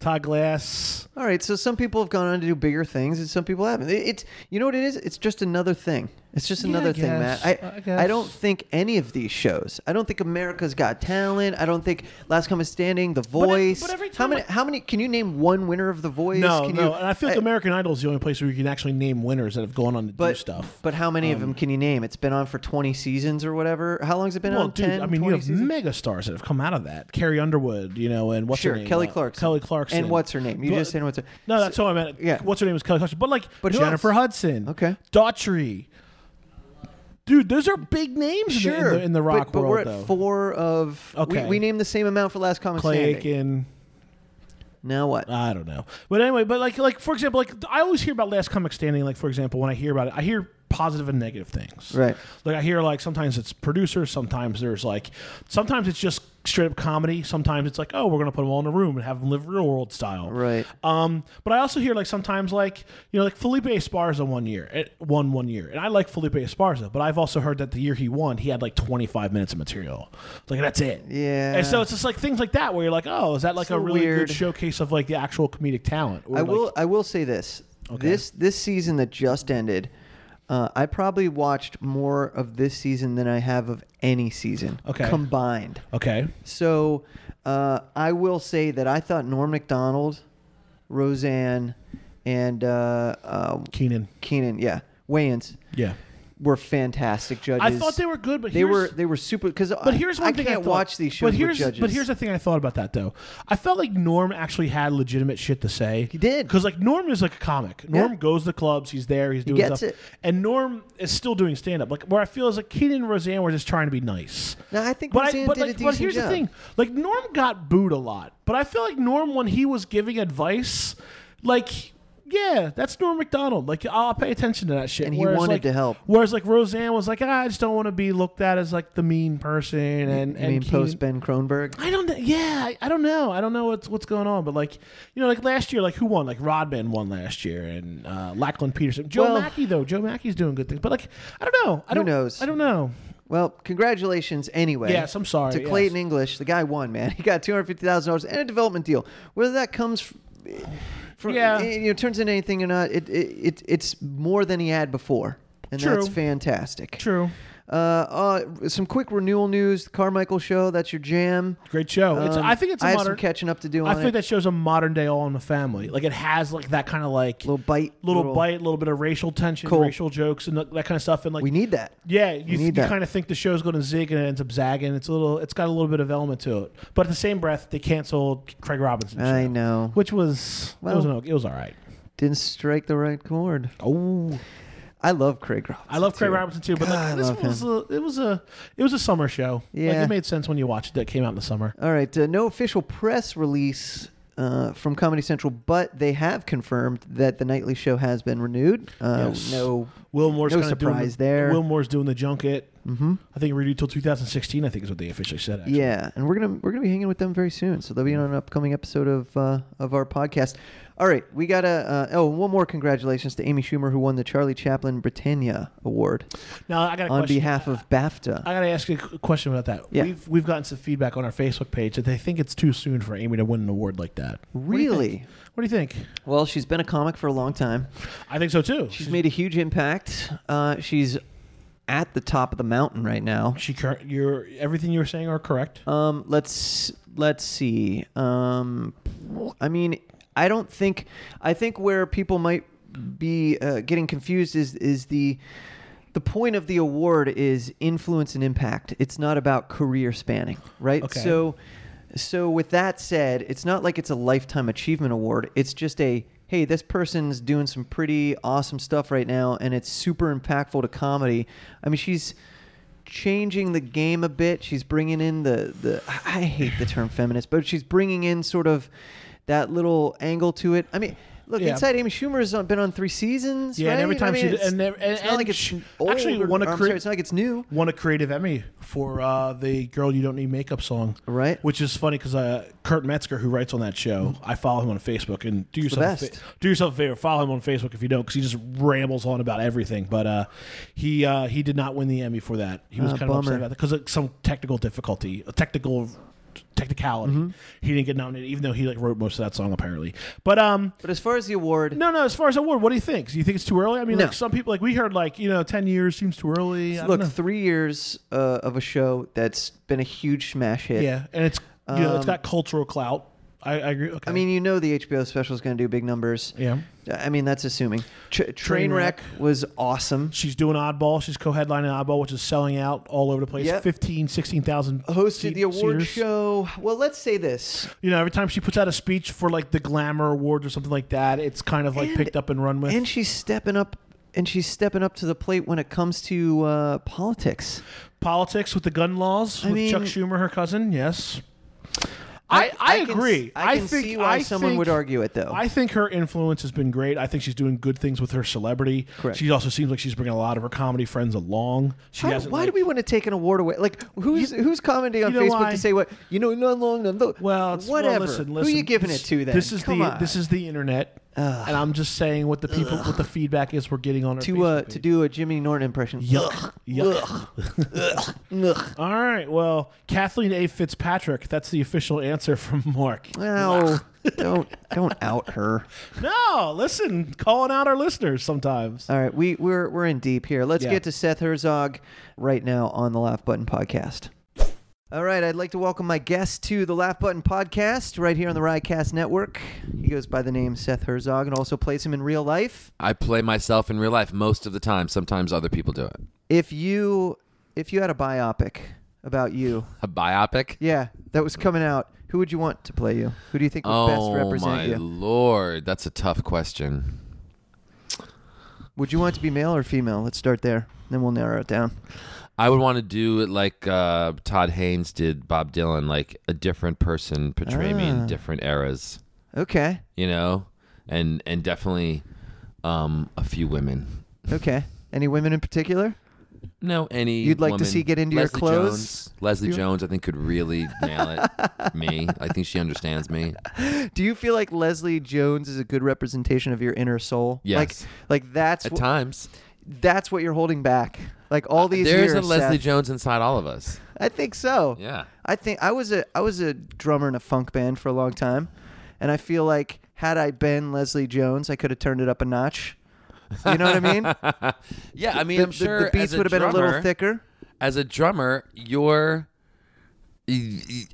Todd Glass. All right. So some people have gone on to do bigger things, and some people haven't. It, it's you know what it is. It's just another thing. It's just Yeah, I another thing, Matt. guess. I I guess. I don't think any of these shows. I don't think America's Got Talent. I don't think Last Comic Standing, The but Voice. every how time many? I- how many? Can you name one winner of The Voice? No, can no, You, and I feel like American Idol is the only place where you can actually name winners that have gone on to do but stuff. Um, But how many of them can you name? It's been on for 20 seasons or whatever. How long has it been well, on? dude, 10, I mean, 20 you have seasons? mega stars that have come out of that. Carrie Underwood, you know, and what's sure, her name? Kelly Uh, Clarkson. Kelly Clarkson. And what's her name? You But- just said what's her No, that's what I meant. yeah. What's her name is Kelly Clarkson. But like But who Jennifer else? Hudson. Okay. Daughtry. Dude, those are big names in the- Sure. in, the, in, the, but- rock but, world, we're at though. four of. we- Okay. We, named the same amount for Last Comic Clay Uh, Standing. Aiken. Now what? I don't know. But anyway, but like like for example, like I always hear about Last Comic Standing. Like for example, when I hear about it, I hear positive and negative things. Right. Like I hear like sometimes it's producers, sometimes there's like sometimes it's just straight up comedy. Sometimes it's like oh we're gonna put them all in a room and have them live real world style. Right. Um, but I also hear like sometimes like you know like Felipe Esparza one year it won one year, and I like Felipe Esparza, but I've also heard that the year he won, he had like 25 minutes of material. Like that's it. Yeah. And so it's just like things like that where you're like, oh, is that like So a really weird. good showcase of like the actual comedic talent? Or I like- will. I will say this. This this season that just ended, uh, I probably watched more of this season than I have of any season Okay. combined. Okay. So uh, I will say that I thought Norm Macdonald, Roseanne, and uh, uh, Keenan. Keenan, yeah, Wayans Yeah. were fantastic judges. I thought they were good, but They here's, were they were super because But here's I one thing can't I thought, watch these shows But here's with judges. but here's the thing I thought about that though. I felt like Norm actually had legitimate shit to say. He did. because like Norm is like a comic. Norm Yeah. goes to clubs. He's there. He's doing gets stuff. it. And Norm is still doing stand up. Like where I feel is like Keenan and Roseanne were just trying to be nice. No, I think but, Roseanne I, but, did a like, but decent here's job. the thing: like Norm got booed a lot, but I feel like Norm, when he was giving advice, like yeah, that's Norm Macdonald. Like I'll pay attention to that shit. And he wanted like, to help. Whereas like Roseanne was like, ah, I just don't want to be looked at as like the mean person, and I and mean, Keenan- post Ben Kronberg. I don't know. Yeah, I, I don't know. I don't know what's what's going on, but like you know, like last year, like who won? Like Rodman won last year, and uh, Lackland Peterson. Joe Well- Mackey though. Joe Mackey's doing good things, but like I don't know. I Who don't knows? I don't know. Well, congratulations anyway. Yes, I'm sorry, To yes. Clayton English, the guy won, man. He got $250,000 and a development deal. Whether that comes from, from Yeah. it, you know, turns into anything or not, it, it, it it's more than he had before. And True. that's fantastic. True. Uh, uh, some quick renewal news. The Carmichael Show, that's your jam. Great show. it's, Um, I think it's a I have modern. some catching up to do on I think it. that shows a modern day All in the Family. Like it has like that kind of like Little bite, little, little- bite, little bit of racial tension, Cool. racial jokes, and that, that kind of stuff. And like we need that. yeah, you, need you that. kind of think the show's going to zig and it ends up zagging. It's a little, it's got a little bit of element to it. But at the same breath, they canceled Craig Robinson. I show, know. which was Well- it was, an, it was all right. Didn't strike the right chord. Oh, I love Craig Robinson. I love Craig too. Robinson too, but God, I like, this love was him. a, it was a it was a summer show. like, Yeah. it made sense when you watched it. That came out in the summer. All right. Uh, no official press release uh, from Comedy Central, but they have confirmed that the nightly show has been renewed. Uh, Yes. No. Wilmore's No kind of surprise doing, there. Wilmore's doing the junket. Mm-hmm. I think renewed till 2016. I think is what they officially said. Actually. Yeah, and we're gonna we're gonna be hanging with them very soon. So they'll be on an upcoming episode of uh, of our podcast. All right, we gotta. Uh, oh, and one more congratulations to Amy Schumer who won the Charlie Chaplin Britannia Award Now I got a on question. Uh, behalf of BAFTA. I got to ask you a qu- question about that. Yeah. We've we've gotten some feedback on our Facebook page that they think it's too soon for Amy to win an award like that. really? What do you think? Well, she's been a comic for a long time. I think so too. She's made a huge impact. Uh, she's at the top of the mountain right now. she cur- you're everything you were saying are correct. Um, let's let's see. Um, I mean, I don't think I think where people might be uh, getting confused is is the the point of the award is influence and impact. It's not about career spanning, right? Okay. So so with that said, it's not like it's a lifetime achievement award. It's just a hey, this person's doing some pretty awesome stuff right now and it's super impactful to comedy. I mean, she's changing the game a bit. She's bringing in the the I hate the term feminist, but she's bringing in sort of that little angle to it. I mean, look, Yeah. inside Amy Schumer has been on three seasons. Yeah, and right? every time I mean, she- it's, and ev- and- it's not and like it's she- old actually or- won a or I'm crit- sorry, it's not like it's new. Won a creative Emmy for uh, the "Girl You Don't Need Makeup" song, Right. Which is funny because uh, Kurt Metzger, who writes on that show, I follow him on Facebook. And do the yourself a best. fa- do yourself a favor, follow him on Facebook if you don't, because he just rambles on about everything. But uh, he uh, he did not win the Emmy for that. He was Ah, kind of upset bummer. about that because of some technical difficulty, a technical technicality. He didn't get nominated, even though he like wrote most of that song apparently. But um, But as far as the award, no, no. As far as award, what do you think? Do you think it's too early? I mean, No. like some people, like we heard, like you know, ten years seems too early. I don't look, know. three years uh, of a show that's been a huge smash hit. yeah, and it's you know, it's got cultural clout. I, I agree. Okay. Um, I mean, you know the HBO special is going to do big numbers. yeah, I mean, that's assuming. Tr- Trainwreck Trainwreck. was awesome. she's doing Oddball. She's co-headlining Oddball, which is selling out all over the place. Yep. Fifteen, sixteen thousand. 15, 16,000 Hosted seat- the award seaters. show. Well, let's say this. You know, every time she puts out a speech for like the Glamour Awards or something like that, it's kind of like And- picked up and run with. and she's stepping up and she's stepping up to the plate when it comes to uh, politics Politics with the gun laws I with mean- Chuck Schumer, her cousin. Yes, I, I, can s- agree. I can think, see why I someone think- would argue it, though. I think her influence has been great. I think she's doing good things with her celebrity. Correct. She also seems like she's bringing a lot of her comedy friends along. She How- hasn't, why like- do we want to take an award away? Like, who's who's commenting on you know Facebook why? to say what you know? Not long, not long. Well, it's, well, whatever. listen, Who listen, you giving this- it to? Then This is Come the on. this is the internet, and I'm just saying what the people what the feedback is we're getting on our to Facebook uh, page. to do a Jimmy Norton impression. Yuck. Yuck. Ugh. All right. Well, Kathleen A. Fitzpatrick. That's the official answer from Mark. Ow. don't don't out her. No, listen, calling out our listeners sometimes. All right, we we're we're in deep here. Let's Yeah. get to Seth Herzog right now on the Laugh Button Podcast. All right, I'd like to welcome my guest to the Laugh Button Podcast right here on the Riotcast Network. He goes by the name Seth Herzog and also plays him in real life. I play myself in real life most of the time. Sometimes other people do it. If you if you had a biopic about you, A biopic. yeah, that was coming out, who would you want to play you? Who do you think would best Oh represent my you? lord, that's a tough question. Would you want it to be male or female? Let's start there, then we'll narrow it down. I would want to do it like uh, Todd Haynes did Bob Dylan, like a different person portray me Ah. in different eras, Okay. you know, and and definitely um, a few women. Okay. Any women in particular? No, any You'd like to woman. see get into your Leslie clothes? Jones. Leslie You- Jones, I think, could really nail it. me, I think she understands me. Do you feel like Leslie Jones is a good representation of your inner soul? Yes. Like, like that's At wh- times, that's what you're holding back. Like all these years, there's a Uh, Leslie Seth. Jones inside all of us. I think so. Yeah. I think I was a I was a drummer in a funk band for a long time, and I feel like had I been Leslie Jones, I could have turned it up a notch. You know what I mean? Yeah, I mean, the, I'm the- sure the beats as a would have been a little drummer- thicker. As a drummer, your,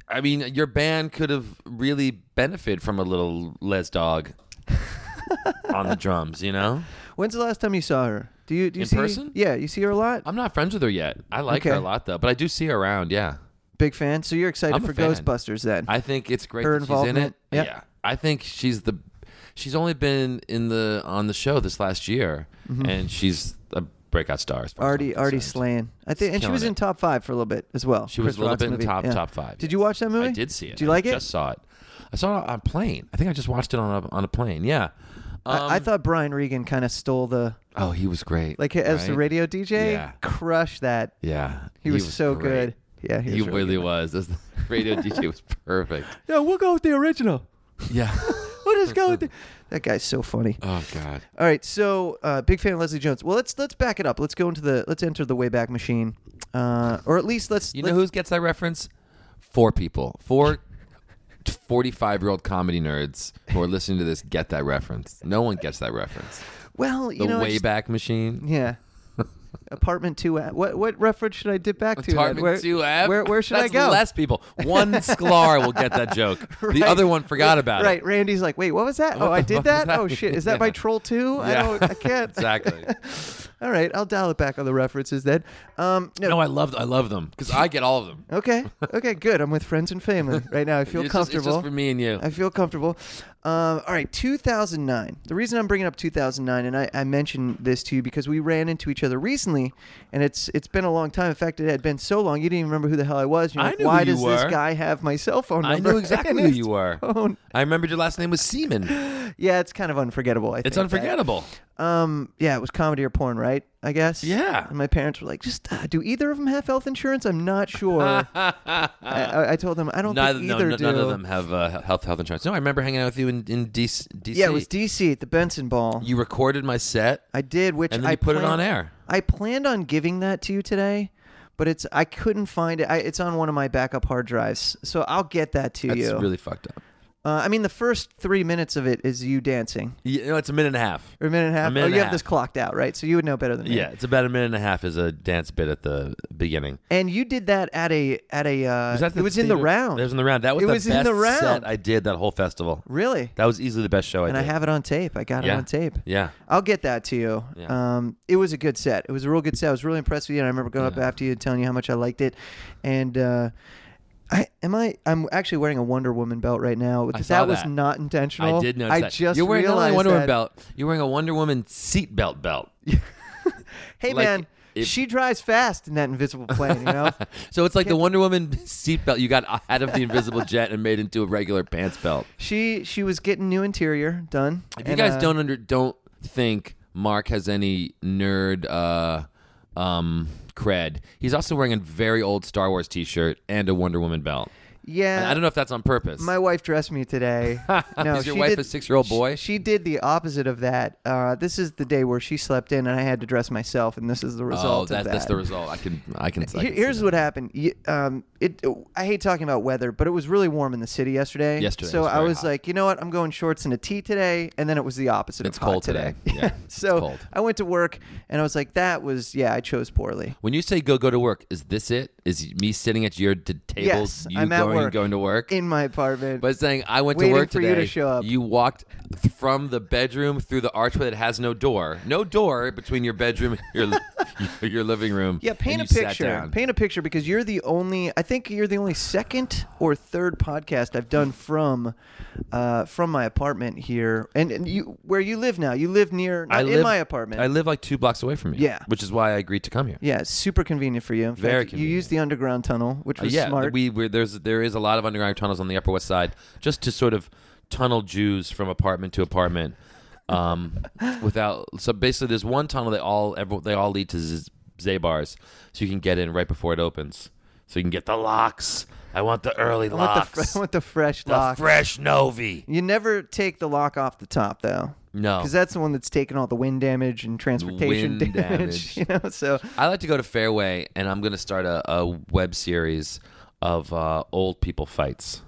I mean, your band could have really benefited from a little Les Dog on the drums. You know, When's the last time you saw her? Do you do you In see person? Yeah, you see her a lot. I'm not friends with her yet. I like her Okay. a lot though, but I do see her around. Yeah, Big fan. So you're excited I'm a for fan. Ghostbusters then? I think it's great Her that she's in involvement, it. yeah. Yeah, I think she's the. She's only been in the on the show this last year, and she's a breakout star. As far as Mm-hmm. already I'm already concerned. slain. I think, and she killing was in it. top five for a little bit as well. She was Chris a little Rock's bit in movie. the top Yeah. top five. Did yes. you watch that movie? I did see it. Do you like I it? Just saw it. I saw it on a plane. I think I just watched it on a on a plane. Yeah. Um, I, I thought Brian Regan kind of stole the oh, he was great. like as the right? radio DJ, Yeah. crushed that. Yeah. He, was, so great. good. Yeah, he, He was really, really was. This radio DJ was perfect. good. Yeah, we'll go with the original. Yeah. We'll just go with the... that guy's so funny. oh God. All right, so uh, big fan of Leslie Jones. Well, let's let's back it up. Let's go into the let's enter the Wayback Machine, uh, or at least let's. You let's know who gets that reference? Four people. Four 45 year old comedy nerds who are listening to this get that reference. No one gets that reference. well, you The know, I just- Wayback Machine. Yeah. Apartment two. F. What what reference should I dip back to? then? Apartment where, 2F. Where where should eh? That's I go? Less people. One Sklar will get that joke. The other one forgot about right. it. Randy's like, wait, what was that? What oh, I the did fuck was that. that?" Oh shit, is that by Yeah. Troll Two? I Yeah. don't. I can't. Exactly. All right, I'll dial it back on the references then. Um, no. No, I love I love them because I get all of them. Okay. Okay. Good. I'm with friends and family right now. I feel It's just- comfortable. it's just for me and you. I feel comfortable. Um, all right, 2009. The reason I'm bringing up 2009, and I, I mentioned this to you because we ran into each other recently, and it's it's been a long time. In fact, it had been so long you didn't even remember who the hell I was. You're I like, knew who why you does this were." guy have my cell phone I number? knew exactly and who his you were. phone? I remembered your last name was Seaman. Yeah, it's kind of unforgettable. I think, It's right? unforgettable. Um, yeah, it was comedy or porn, right? I guess. Yeah. And my parents were like, "Just uh, do either of them have health insurance? I'm not sure." I, I, I told them I don't Neither, think no, either no- do. none of them have uh, health health insurance. No, I remember hanging out with you in, in DC. Yeah, it was DC at the Benson Ball. You recorded my set, I did, which and then I you put it plan- on air. I planned on giving that to you today, but it's I couldn't find it. I, it's on one of my backup hard drives, so I'll get that to That's you. really fucked up. uh, I mean, the first three minutes of it is you dancing, You know, it's a minute and a half. or a minute and a half. minute oh, and you a have this half. clocked out, right? So you would know better than me. Yeah, it's about a minute and a half is a dance bit at the beginning. And you did that at a at a. Uh, that it was in the theater- round. It was in the round. That was It the was in best the round. set I did that whole festival. really. That was easily the best show I and I did. have it on tape. I got it Yeah. on tape. Yeah. I'll get that to you. Yeah. Um, it was a good set. It was a real good set. I was really impressed with you, and I remember going up after you and telling you how much I liked it. And uh, I am I I'm actually wearing a Wonder Woman belt right now. I That, saw was that. not intentional. I did notice I that. just you're wearing not only a realized Wonder Woman that. belt. You're wearing a Wonder Woman seatbelt belt. Hey Like, man, It- she drives fast in that invisible plane, you know? So it's like the Wonder Woman seatbelt you got out of the invisible jet and made into a regular pants belt. she she was getting new interior done. uh, If you guys don't under don't think Mark has any nerd uh, um, cred, he's also wearing a very old Star Wars T-shirt and a Wonder Woman belt. And Yeah. I don't know if that's on purpose. Uh, My wife dressed me today. No, Is your she wife did- a six-year-old boy? She, she did the opposite of that. Uh, this is the day where she slept in, and I had to dress myself, and this is the oh, result. that, of that. that's the result. I can I can. I can Here- see here's that. what happened. You- Um, it, I hate talking about weather, but it was really warm in the city yesterday. Yesterday so was I very was hot. like, you know what? I'm going shorts and a tee today, and then it was the opposite. It's of hot cold today. Yeah, it's so cold. I went to work, and I was like, that was yeah, I chose poorly. When you say go go to work, is this it? Is me sitting at your t- table? Yes, you I'm at going work. going to work? In my apartment, But saying I went Waiting to work for you today. to show up. you walked th- from the bedroom through the archway that has no door, no door between your bedroom and your your living room. Yeah, paint a and you sat picture. down. Paint a picture because you're the only. I think you're the only second or third podcast I've done from, uh, from my apartment here, and, and you where you live now. You live near not I in live- my apartment. I live like two blocks away from you. Yeah. which is why I agreed to come here. yeah, it's super convenient for you. In fact, Very You convenient. use the underground tunnel, which Uh, was yeah, smart. we we're, there's there is a lot of underground tunnels on the Upper West Side, just to sort of tunnel Jews from apartment to apartment, um, without. So basically, there's one tunnel they all every, they all lead to z- Zay bars, so you can get in right before it opens, so you can get the locks. I want the early I want, the, locks. fr- I want the fresh The lock. fresh Novi. you never take the lock off the top though. No. because that's the one that's taken all the wind damage and transportation Wind damage. damage. You know, so I like to go to Fairway, and I'm going to start a, a web series of uh, old people fights.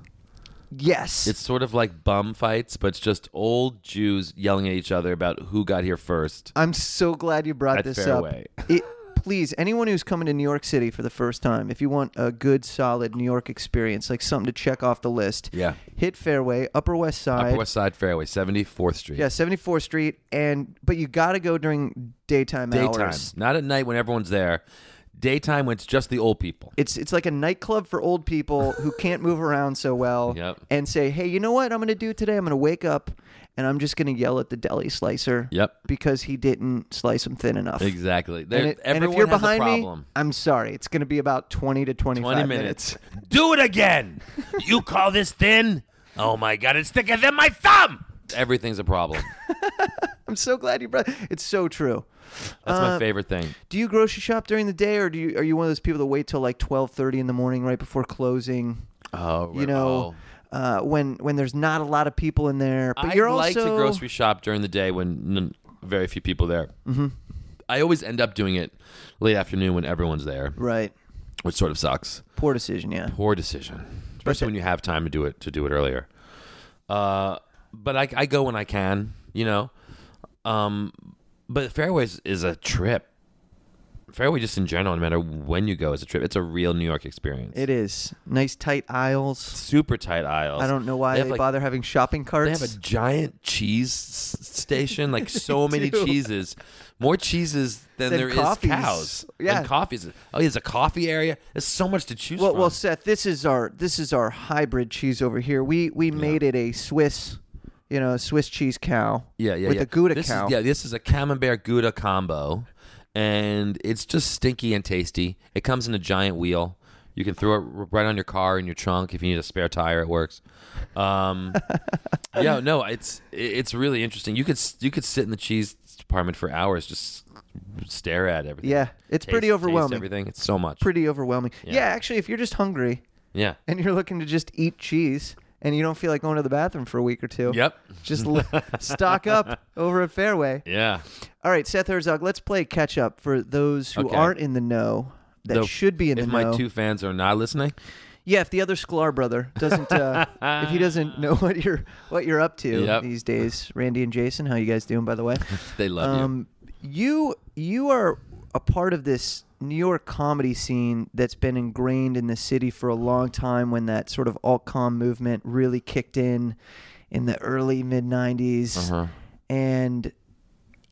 yes, It's sort of like bum fights, but it's just old Jews yelling at each other about who got here first. I'm so glad you brought At this Fairway. up. It, please, anyone who's coming to New York City for the first time, if you want a good, solid New York experience, like something to check off the list, Yeah. hit Fairway, Upper West Side. Upper West Side Fairway, 74th Street. yeah, 74th Street, and but you got to go during daytime, Daytime. hours. Not at night when everyone's there. Daytime when it's just the old people. It's it's like a nightclub for old people who can't move around so well, Yep. and say, hey, you know what I'm going to do today? I'm going to wake up and I'm just going to yell at the deli slicer, Yep. because he didn't slice them thin enough. Exactly. There, And, it- and everyone if you're has behind a me, problem. I'm sorry. It's going to be about 20 to 25 20 minutes. minutes. Do it again. you call this thin? Oh my God, it's thicker than my thumb. Everything's a problem. I'm so glad you brought. It's so true. That's Uh, my favorite thing. Do you grocery shop during the day, or do you are you one of those people that wait till like 12:30 in the morning right before closing? Oh, You know, uh, when when there's not a lot of people in there, but I you're like also to grocery shop during the day when n- very few people there. Mm-hmm. I always end up doing it late afternoon when everyone's there, right. which sort of sucks. Poor decision, yeah. Poor decision, especially when you have time to do it to do it earlier. Uh, but I, I go when I can, you know. Um, but fairways is a trip. Fairway just in general, no matter when you go, is a trip. It's a real New York experience. It is nice tight aisles. super tight aisles. I don't know why they, They have, like, bother having shopping They carts. have a giant cheese s- station, like so many do. cheeses, more cheeses than Than there is coffees. cows. Yeah. and coffees. Oh, there's a coffee area. There's so much to choose well, from. well, Seth, this is our this is our hybrid cheese over here. We we made it a Swiss, you know, Swiss cheese cow. yeah, yeah, with yeah. a Gouda this cow. Is, yeah, this is a camembert Gouda combo, and it's just stinky and tasty. It comes in a giant wheel. You can throw it r- right on your car in your trunk if you need a spare tire. It works. Um, yeah, no, it's i- it's really interesting. You could s- you could sit in the cheese department for hours, just stare at everything. Yeah, it's pretty taste- taste overwhelming. everything. It's so much. Pretty overwhelming. Yeah. actually, if you're just hungry yeah. and you're looking to just eat cheese and you don't feel like going to the bathroom for a week or two, Yep. just li- stock up over at Fairway. Yeah. All right, Seth Herzog, let's play catch up for those who Okay. aren't in the know that Though, should be in the If my know. two fans are not listening, yeah, if the other Sklar brother doesn't, uh, if he doesn't know what you're what you're up to Yep. these days, Randy and Jason, how you guys doing? By the way, they love um, you you are a part of this New York comedy scene that's been ingrained in the city for a long time. When that sort of alt com movement really kicked in in the early mid '90s, Uh-huh. and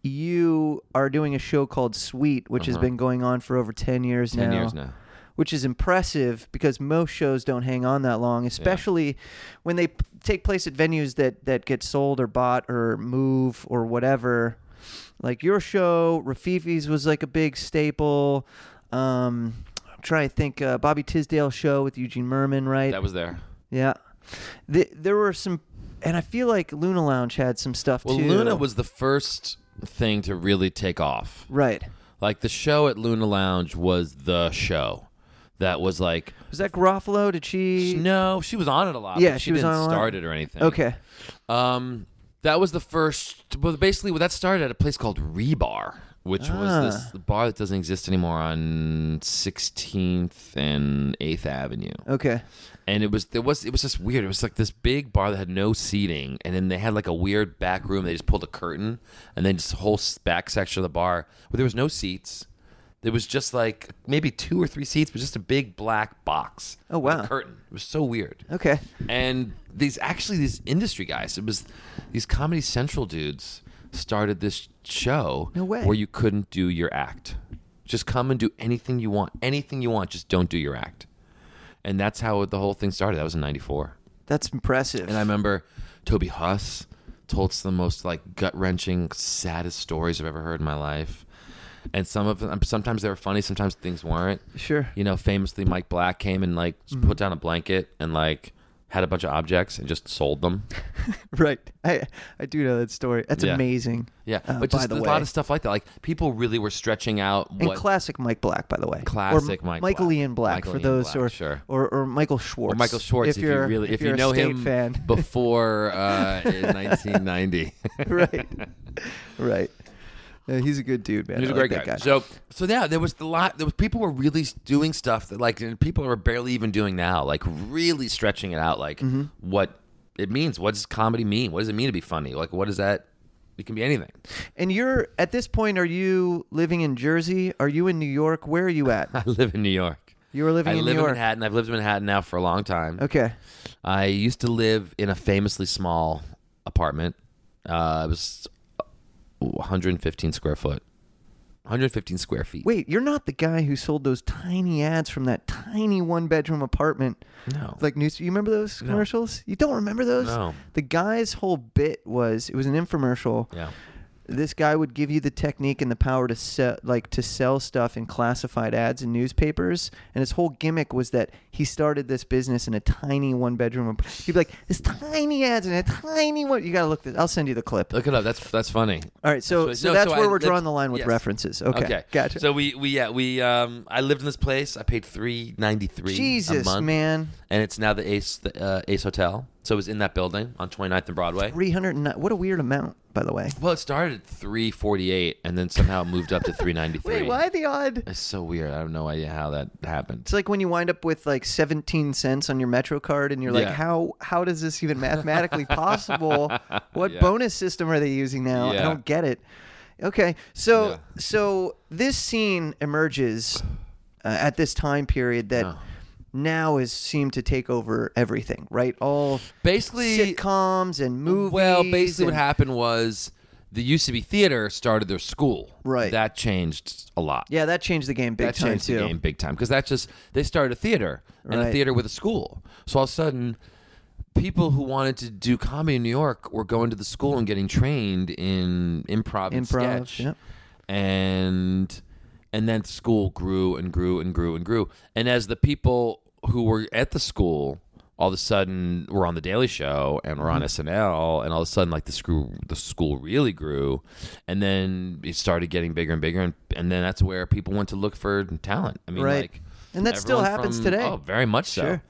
you are doing a show called Sweet, which has been going on for over ten years you. Uh-huh. Ten now years now. which is impressive because most shows don't hang on that long, especially when they p- take place at venues that that get sold or bought or move or whatever. Like your show, Rafifi's was like a big staple. Um, I'm trying to think. Uh, Bobby Tisdale show with Eugene Merman, right? That was there. yeah. The, there were some, and I feel like Luna Lounge had some stuff Well, too. Luna was the first thing to really take off. right. Like the show at Luna Lounge was the show. That was like Was that Garofalo? Did she? no, she was on it a lot. but Yeah, she, she was didn't on it a lot. start it or anything. Okay. Um, that was the first. Well, basically, well, that started at a place called Rebar, which Ah. was this bar that doesn't exist anymore on 16th and 8th Avenue. Okay. And it was there was it was just weird. It was like this big bar that had no seating, and then they had like a weird back room. They just pulled a curtain, and then just the whole s- back section of the bar where there was no seats. There was just like maybe two or three seats, but just a big black box. Oh, with a wow. curtain. It was so weird Okay. and these actually these industry guys it was these comedy central dudes started this show No way. where you couldn't do your act just come and do anything you want anything you want just don't do your act and that's how the whole thing started that was in 94 That's impressive. and i remember toby huss told some of the most like gut-wrenching saddest stories i've ever heard in my life and some of them sometimes they were funny sometimes things weren't Sure. Mm-hmm. you know, famously Mike Black came and like s- put down a blanket and like had a bunch of objects and just sold them. Right. I I do know that story. That's Yeah. amazing. Yeah, Uh, but by just the a way. lot of stuff like that. Like people really were stretching out And what classic Mike Black, by the way. or Classic M- Mike Michael Black. Ian Black Michael for Ian those, Black, or, sure. or or Michael Schwartz. or Michael Schwartz. If, you you're- really, if, you're you a know State him fan, before uh, in 1990, right, right. Uh, he's a good dude, man. He's I a like great guy. that So, so yeah, there was a lot. There was people were really s- doing stuff that like and people are barely even doing now. Like really stretching it out. Like Mm-hmm. what it means. What does comedy mean? What does it mean to be funny? Like what is that? It can be anything. and you're at this point. Are you living in Jersey? Are you in New York? Where are you at? I live in New York. You were living I in live New York. in Manhattan. I've lived in Manhattan now for a long time. Okay. I used to live in a famously small apartment. Uh, it was 115 square foot. 115 square feet. Wait, you're not the guy who sold those tiny ads from that tiny one bedroom apartment. No. Like news you remember those commercials? You don't remember those? Oh. No. The guy's whole bit was it was an infomercial. Yeah. This guy would give you the technique and the power to sell like to sell stuff in classified ads in newspapers. And his whole gimmick was that he started this business in a tiny one bedroom ap- He'd be like, This tiny ads in a tiny one you gotta look this I'll send you the clip. Look it up. That's that's funny. All right, so what- so no, that's so where I we're lived- drawing the line with yes. references. Okay. Gotcha. So we we yeah we um I lived in this place. I paid three ninety three. Jesus, man. And it's now the Ace the uh, Ace Hotel. So it was in that building on 29th and Broadway. 309 what a weird amount by the way Well, it started at 348 and then somehow moved up to 393. wait why the odd It's so weird. I have no idea how that happened. it's like when you wind up with like 17 cents on your metro card and you're like Yeah. how how does this even mathematically possible what Yeah. bonus system are they using now i Yeah. don't get it okay so Yeah. so this scene emerges uh, at this time period that now is seemed to take over everything right all Basically, sitcoms and movies well, basically what and- happened was the UCB Theater started their school. Right. That changed a lot. yeah that changed the game big that time changed too the game big time because that's just they started a theater and Right. a theater with a school. So all of a sudden, people who wanted to do comedy in New York were going to the school and getting trained in improv, and Improv, sketch, yep. and and then school grew and grew and grew and grew. And as the people who were at the school all of a sudden were on the Daily Show and Mm-hmm. were on SNL, and all of a sudden like the screw the school really grew, and then it started getting bigger and bigger, and and then that's where people went to look for talent. I mean, Right. like, And that still everyone happens from- today. Oh, very much so. Sure.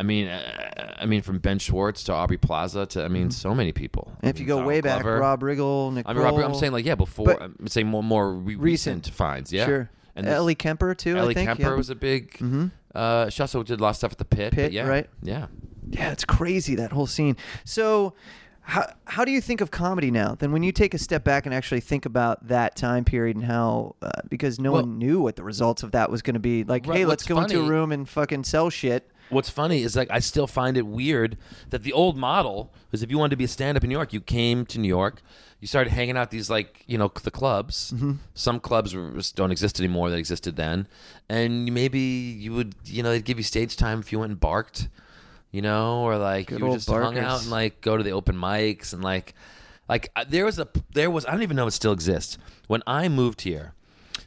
I mean, uh, I mean, from Ben Schwartz to Aubrey Plaza to, I mean, so many people. Mm-hmm. And if you go Donald way back, Glover. Rob Riggle, Nick I mean, Robert, I'm saying like yeah, before But- I'm saying more more re- Recent. recent. finds, yeah. Sure. And this- Ellie Kemper too. Ellie I think. Kemper yeah. Mm-hmm. was a big. Uh, she also did a lot of stuff at the pit. but Pit, yeah, right. Yeah. Yeah, it's crazy that whole scene. So, how how do you think of comedy now? Then when you take a step back and actually think about that time period and how uh, because no Well- one knew what the results of that was going to be. Like, Right, hey, let's what's go into a funny- room and fucking sell shit. What's funny is like I still find it weird that the old model was if you wanted to be a stand up in New York, you came to New York, you started hanging out these like you know the clubs. Mm-hmm. Some clubs were- just don't exist anymore that existed then, and maybe you would you know they'd give you stage time if you went and barked, you know, or like Good you would old just hung barkers. out and like go to the open mics and like. Like uh, there was a there was I don't even know if it still exists. When I moved here,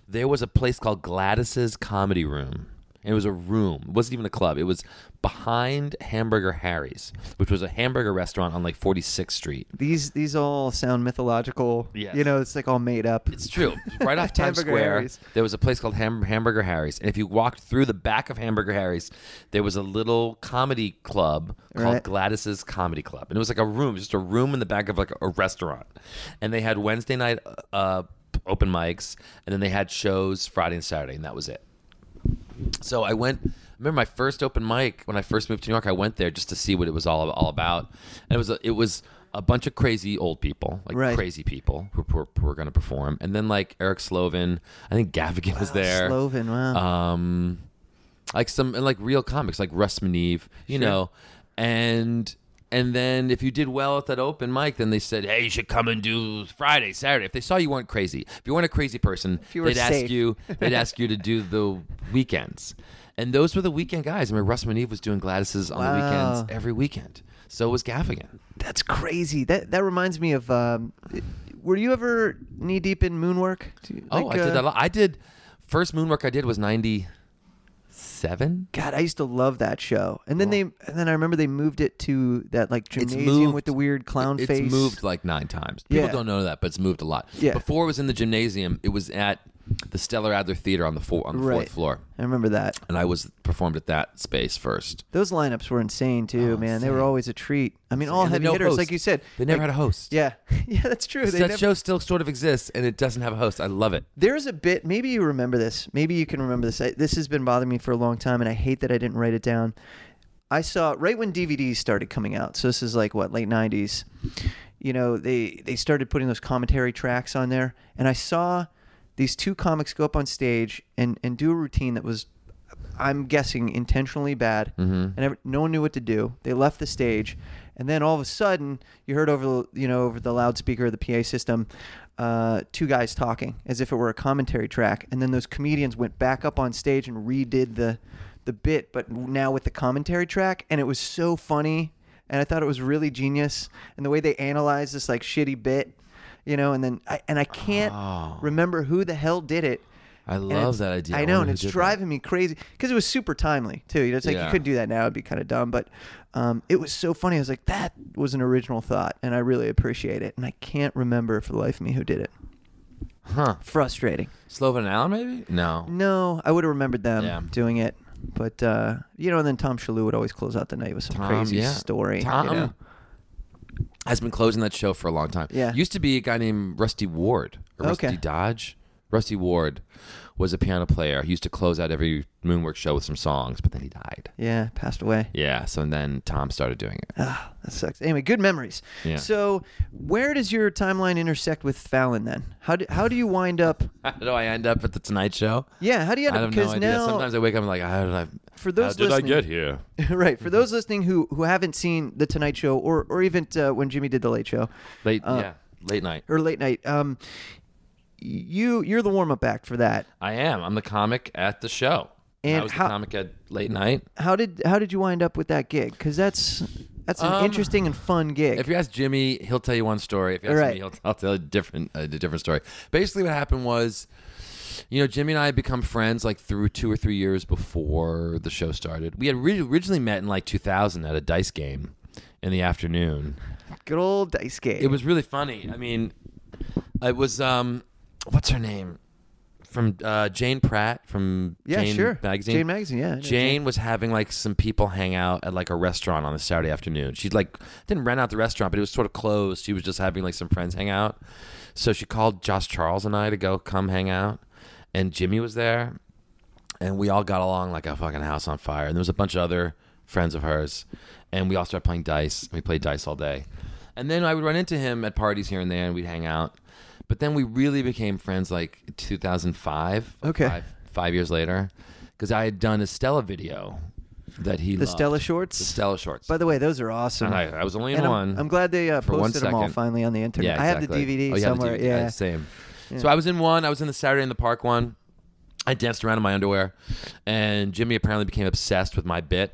there was a place called Gladys's Comedy Room. It was a room. It wasn't even a club. It was behind Hamburger Harry's, which was a hamburger restaurant on like 46th Street. These these all sound mythological. Yes. You know, it's like all made up. It's true. Right off Times Hamburger Square, Harry's. there was a place called Ham- Hamburger Harry's, and if you walked through the back of Hamburger Harry's, there was a little comedy club called Right. Gladys's Comedy Club, and it was like a room, just a room in the back of like a restaurant, and they had Wednesday night uh, open mics, and then they had shows Friday and Saturday, and that was it. So I went. I remember my first open mic when I first moved to New York. I went there just to see what it was all all about. And it was a, it was a bunch of crazy old people, like Right. crazy people who, who, who were going to perform. And then like Eric Slovin, I think Gavigan was there. Sloven, wow. Um, like some and like real comics, like Russ Maneve, you know, and and then if you did well at that open mic, then they said, hey, you should come and do Friday, Saturday. If they saw you weren't crazy, if you weren't a crazy person, you were they'd safe. ask you, they'd ask you to do the weekends, and those were the weekend guys. I mean, Russ Maneve was doing Gladys's on the Wow. weekends every weekend. So was Gaffigan. That's crazy. That that reminds me of. Um, were you ever knee deep in moonwork? Do you- oh, I like, did uh, that. A lot. I did first moonwork I did was ninety seven. God, I used to love that show. And then they, and then I remember they moved it to that like gymnasium moved- with the weird clown it's face. moved like nine times. People Yeah. don't know that, but it's moved a lot. Yeah. Before it was in the gymnasium, it was at the Stellar Adler Theater on the, four, on the Right. fourth floor. I remember that. And I was performed at that space first. Those lineups were insane too, man. They were always a treat. I mean, all Oh, And they heavy no hitters, host. like you said. They never like- had a host. Yeah, yeah, that's true. So They that never- show still sort of exists, and it doesn't have a host. I love it. There's a bit. Maybe you remember this. Maybe you can remember this. I, this has been bothering me for a long time, and I hate that I didn't write it down. I saw right when DVDs started coming out. So this is like what late '90s. You know, they they started putting those commentary tracks on there, and I saw these two comics go up on stage and and do a routine that was, I'm guessing, intentionally bad, and every, no one knew what to do. They left the stage, and then all of a sudden, you heard over the you know over the loudspeaker of the PA system, uh, two guys talking as if it were a commentary track, and then those comedians went back up on stage and redid the the bit, but now with the commentary track, and it was so funny, and I thought it was really genius, and the way they analyzed this like shitty bit, you know, and then I and I can't remember who the hell did it. I and love it's- that idea. I I know, and wonder who it's did that. driving me crazy because it was super timely too. You know, it's like you Yeah. could do that now; it'd be kind of dumb, but um, it was so funny. I was like, that was an original thought, and I really appreciate it. And I can't remember for the life of me who did it. Huh. Frustrating. Sloven and Allen, maybe? No. No, I would have remembered them Yeah. doing it. But uh, you know, and then Tom Shalhoub would always close out the night with some Tom, crazy yeah. story. you Tom know? has been closing that show for a long time. Yeah. Used to be a guy named Rusty Ward or Rusty Okay. Dodge. Rusty Ward was a piano player. He used to close out every Moonwork show with some songs, but then he died. yeah, passed away. Yeah. So and then Tom started doing it. Ah, that sucks. Anyway, good memories. Yeah. So, where does your timeline intersect with Fallon then? How do, how do you wind up? How do I end up at the Tonight Show? Yeah, how do you I end up? have no Because idea. now, Sometimes I wake up and like, how did I? For those how did I listening- get here? Mm-hmm. right for those listening who who haven't seen the Tonight Show or or even uh, when Jimmy did the Late Show Late, Uh, yeah, late night. or Late Night, um, you you're the warm up act for that. I am. I'm the comic at the show. And I was how- the comic at late night. How did how did you wind up with that gig? Because that's that's an Um, interesting and fun gig. If you ask Jimmy, he'll tell you one story. If you ask Right. me, he'll I'll tell a different a different story. Basically, what happened was, you know, Jimmy and I had become friends like through two or three years before the show started. We had re- originally met in like 2000 at a dice game in the afternoon. Good old dice game. It was really funny. I mean, it was um, what's her name from uh, Jane Pratt from Yeah, Jane sure. magazine. Jane Magazine, yeah, I know Jane. Jane was having like some people hang out at like a restaurant on a Saturday afternoon. She like didn't rent out the restaurant, but it was sort of closed. She was just having like some friends hang out. So she called Josh Charles and I to go come hang out, and Jimmy was there, and we all got along like a fucking house on fire. And there was a bunch of other friends of hers, and we all started playing dice. We played dice all day, and then I would run into him at parties here and there, and we'd hang out. But then we really became friends like 2005. like Okay. Five, five years later, because I had done a Stella video that he the loved. Stella shorts. the Stella shorts. By the way, those are awesome. and I, I was only in And I'm, one. I'm glad they uh, for one posted them all second. finally on the internet. Yeah, I exactly. have the DVD Oh, you have the somewhere. DVD. Yeah. same. So I was in one. I was in the Saturday in the Park one. I danced around in my underwear, and Jimmy apparently became obsessed with my bit.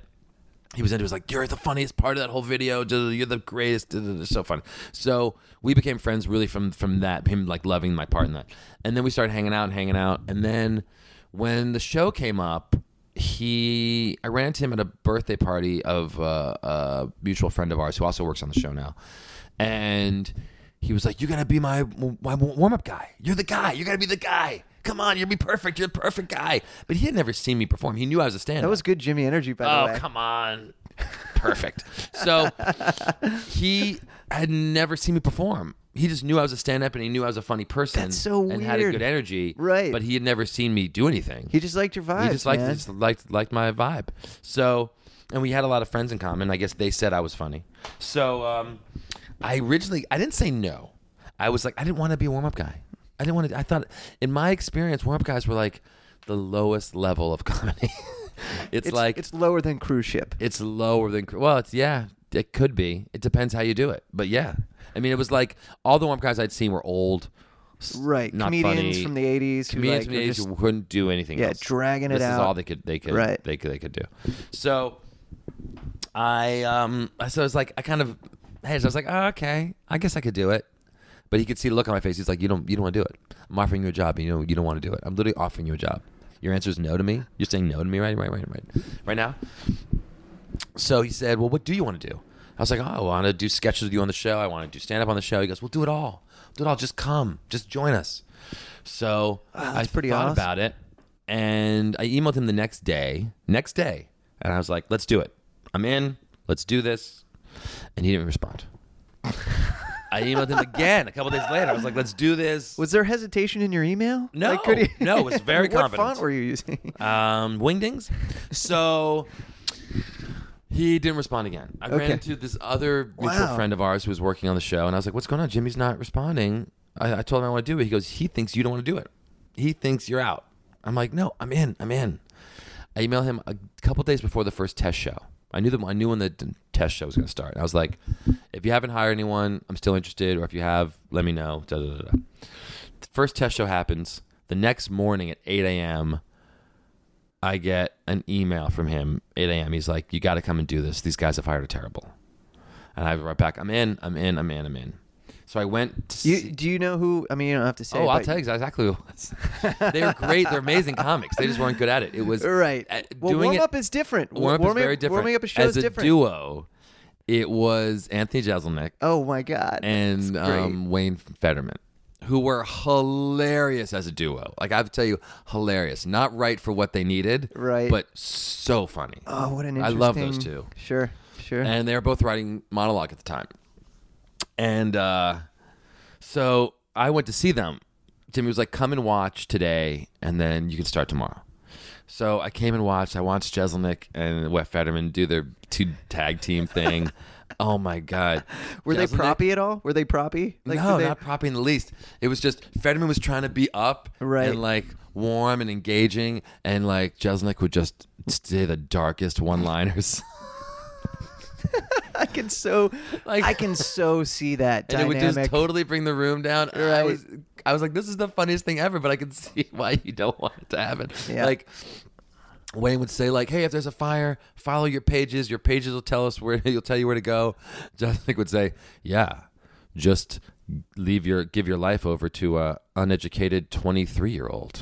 he was into it, he was like you're the funniest part of that whole video duh, you're the greatest duh, duh, duh, so funny so we became friends really from from that him like loving my part in that and then we started hanging out and hanging out and then when the show came up he i ran into him at a birthday party of uh, a mutual friend of ours who also works on the show now and he was like you gotta be my my warm-up guy you're the guy you gotta be the guy come on you'll be perfect you're the perfect guy but he had never seen me perform he knew i was a stand-up That was good Jimmy energy, by the oh, way. come on. Perfect. So he had never seen me perform. He just knew I was a stand up and he knew I was a funny person That's so and had a weird. good energy. Right. But he had never seen me do anything. He just liked your vibe. He just liked man. just liked liked my vibe. So, and we had a lot of friends in common. I guess they said I was funny. So, um, I originally I didn't say no. I was like I didn't want to be a warm up guy. I didn't want to. I thought in my experience, warm up guys were like the lowest level of comedy. it's, It's like it's lower than cruise ship. it's lower than well, it's yeah, it could be. It depends how you do it, but yeah. I mean, it was like all the warm guys I'd seen were old, s- Right. Not Comedians funny. from the 80s who, like, Comedians from the were 80s just- who couldn't do anything. Yeah, else. dragging it this is out. all they could. They could. Right. They could. They could do. So, I um, so I was like, I kind of, hey, so I was like, oh, okay, I guess I could do it. But he could see the look on my face. He's like, you don't, you don't want to do it. I'm offering you a job. And you know, you don't want to do it. I'm literally offering you a job. Your answer is no to me. You're saying no to me, right, right, right, right, right now. So he said, "Well, what do you want to do?" I was like, "Oh, I want to do sketches with you on the show. I want to do stand up on the show." He goes, "We'll do it all. Do it all. Just come. Just join us." So I that's pretty thought awesome. about it, and I emailed him the next day. Next day, and I was like, "Let's do it. I'm in. Let's do this." And he didn't respond. I emailed him again a couple days later. I was like, "Let's do this." Was there hesitation in your email? No. Like, could he- No, it was very what confident. font were you using? um, wingdings. So he didn't respond again. I ran Okay. into this other mutual Wow. friend of ours who was working on the show, and I was like, "What's going on? Jimmy's not responding." I, I told him I want to do it. He goes, "He thinks you don't want to do it. He thinks you're out." I'm like, "No, I'm in. I'm in." I emailed him a couple days before the first test show. I knew them. I knew when the t- test show was going to start. And I was like, "If you haven't hired anyone, I'm still interested. Or if you have, let me know." Da, da, da, da. The first test show happens the next morning at 8 a.m. I get an email from him 8 a.m. He's like, "You got to come and do this. These guys have hired a terrible." And I write back, "I'm in. I'm in. I'm in. I'm in." So I went. To You, see- do you know who? I mean, you don't have to say. oh, I'll but- tell you exactly who it was. they were great. They're amazing comics. They just weren't good at it. It was Right. uh, well, doing warm it- up is different. Warm up is warming, very different. Warming up a show As is a different. duo, it was Anthony Jeselnik Oh my god. and That's great. um, Wayne Fetterman, who were hilarious as a duo. Like I have to tell you, hilarious. Not right for what they needed, Right. But so funny. oh, what an I interesting. love those two. Sure, sure. And they were both writing monologue at the time. And uh, so I went to see them. Jimmy was like, come and watch today, and then you can start tomorrow. So I came and watched. I watched Jeselnik and Wet Fetterman do their two tag team thing. oh my God. Were they Jeselnik- proppy at all? Were they proppy? Like, no, did they, not propping the least. It was just Fetterman was trying to be up Right. and like warm and engaging, and like Jeselnik would just say the darkest one liners. I can so Like- I can so see that and dynamic. it would just totally bring the room down. And I Right. was, I was like, this is the funniest thing ever, but I can see why you don't want it to happen. Yeah. Like, Wayne would say, like, hey, if there's a fire, follow your pages. Your pages will tell us where you'll tell you where to go. Jonathan would say, yeah, just leave your give your life over to a uneducated 23 year old.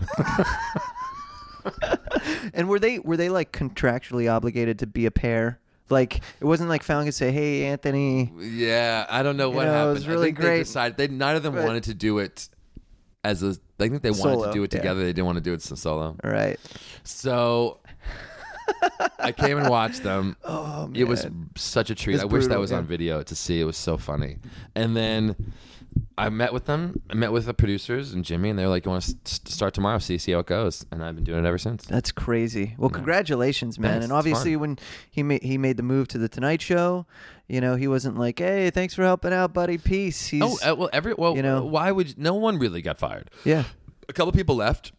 and were they were they like contractually obligated to be a pair? Like it wasn't like Fallon could say, "Hey, Anthony." yeah, I don't know what know, it happened. was I really think They great, decided they neither of them but- wanted to do it as a. I think they wanted to Solo, do it yeah. together. They didn't want to do it so solo. All right. So I came and watched them. Oh It was such a treat. It's I wish that brutal, was on yeah. video to see. It was so funny. And then I met with them. I met with the producers and Jimmy, and they were like, "You want to st- start tomorrow? See, see how it goes." And I've been doing it ever since. That's crazy. Well, congratulations, man! Thanks, and it's obviously, fun. when he made he made the move to the Tonight Show, you know, he wasn't like, "Hey, thanks for helping out, buddy. Peace." He's, Oh uh, well, every well, you know- why would you- no one really got fired? yeah, A couple people left.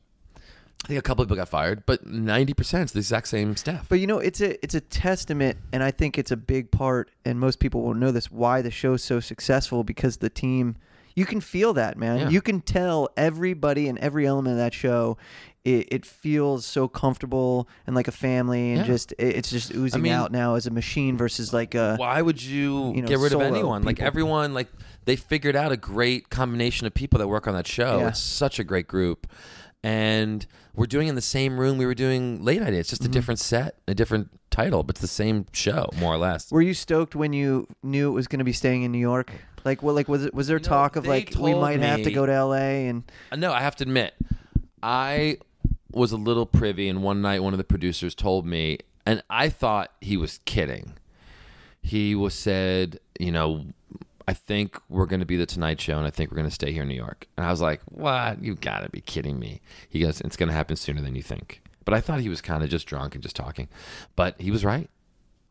I think a couple people got fired, but ninety percent is the exact same staff. but you know, it's a it's a testament, and I think it's a big part, and most people will know this why the show's so successful because the team You can feel that, man. Yeah. You can tell everybody and every element of that show. It, it feels so comfortable and like a family, and Yeah. just it, it's just oozing mean- out now as a machine versus like a why would you, you know, get rid of solo anyone? Like people. everyone, like they figured out a great combination of people that work on that show. Yeah. It's such a great group, and we're doing it in the same room we were doing late night. It's just Mm-hmm. a different set, a different title, but it's the same show more or less. Were you stoked when you knew it was going to be staying in New York? Like, what? Like, was it? Was there know, talk of they like we told might have to me- go to L.A. and Uh, No, I have to admit, I was a little privy, and one night one of the producers told me, and I thought he was kidding. He was said, you know, I think we're going to be the Tonight Show, and I think we're going to stay here in New York. And I was like, what? You've got to be kidding me. He goes, it's going to happen sooner than you think. But I thought he was kind of just drunk and just talking. But he was right.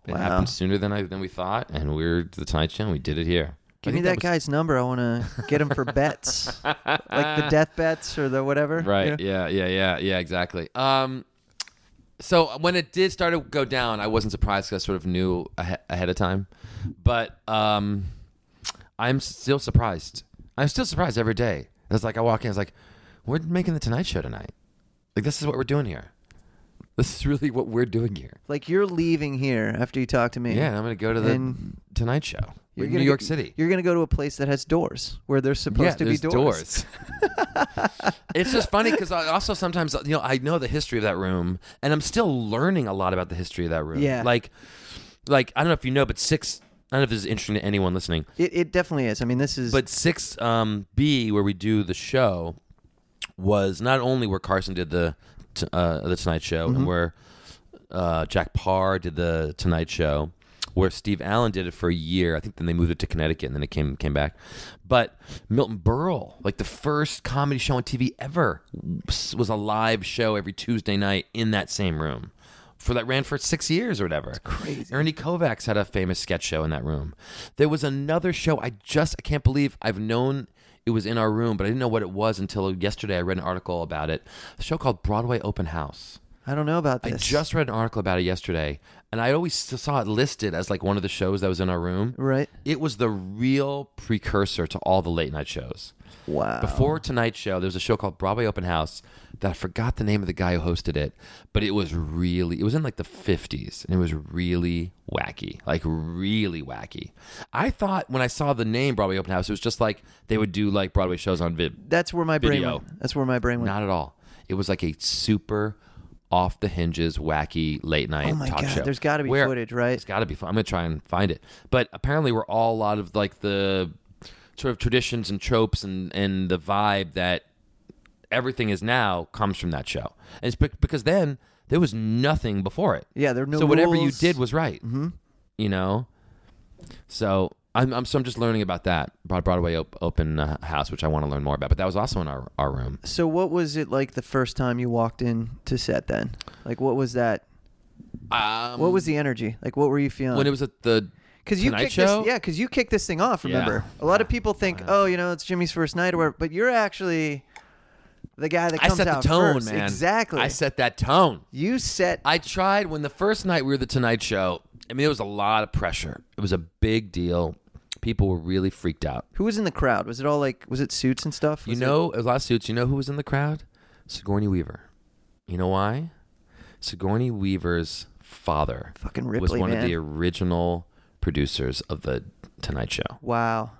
It Wow. happened sooner than I than we thought, and we're the Tonight Show, and we did it here. I give me think that, guy's number? I want to get him for bets, like the death bets or the whatever. Right. Yeah. yeah. Yeah. Yeah. exactly. Um, so when it did start to go down, I wasn't surprised because I sort of knew ahe- ahead of time, but um, I'm still surprised. I'm still surprised every day. It's like I walk in, it's like we're making the Tonight Show tonight. Like this is what we're doing here. This is really what we're doing here. Like you're leaving here after you talk to me. Yeah, and I'm gonna go to the And Tonight Show. You're in gonna New York go- City. You're going to go to a place that has doors where there's supposed to be there's it's just funny because I also sometimes you know I know the history of that room, and I'm still learning a lot about the history of that room. Yeah. like, like I don't know if you know, but six. I don't know if this is interesting to anyone listening, It, it definitely is. I mean, this is. but six um, B where we do the show was not only where Carson did the t- uh, the Tonight Show Mm-hmm. and where uh, Jack Parr did the Tonight Show, where Steve Allen did it for a year. I think then they moved it to Connecticut and then it came came back. But Milton Berle, like the first comedy show on TV ever, s- was a live show every Tuesday night in that same room. For that ran for six years or whatever. crazy. Ernie Kovacs had a famous sketch show in that room. There was another show. I just I can't believe I've known it was in our room, but I didn't know what it was until yesterday. I read an article about it. A show called Broadway Open House. I don't know about this. I just read an article about it yesterday, and I always saw it listed as like one of the shows that was in our room. Right. It was the real precursor to all the late night shows. Wow. Before tonight's show, there was a show called Broadway Open House that I forgot the name of the guy who hosted it, but it was really, it was in like the 50s, and it was really wacky. Like, really wacky. I thought when I saw the name Broadway Open House, it was just like they would do like Broadway shows on vid, That's where my brain. Video. Went. That's where my brain went. not at all. It was like a super off the hinges, wacky late night Oh my talk God, show. there's gotta be footage, right? It's got to be. fo- I'm gonna try and find it. But apparently, we're all a lot of like the sort of traditions and tropes and and the vibe that everything is now comes from that show. And it's bec- because then there was nothing before it. Yeah, there are no So whatever you rules. did was right. Mm-hmm. You know. So I'm, I'm so I'm just learning about that Broad- Broadway op- open uh, house, which I want to learn more about. But that was also in our our room. So what was it like the first time you walked in to set then? Like what was that? Um, What uh, was the energy? Like what were you feeling? when it was at the Cause you Tonight kicked Show? this, yeah, because you kicked this thing off. Yeah. Remember, a lot of people think, oh, you know, it's Jimmy's first night or whatever, but you're actually the guy that I comes set the out tone, first. man. Exactly. I set that tone. you set. I tried when the first night we were the Tonight Show. I mean, it was a lot of pressure. It was a big deal. People were really freaked out. who was in the crowd? Was it all like? Was it suits and stuff? You Was know, a lot of suits. You know who was in the crowd? Sigourney Weaver. You know why? Sigourney Weaver's father Fucking was Ripley, one of man. the original producers of the Tonight Show. it? wow.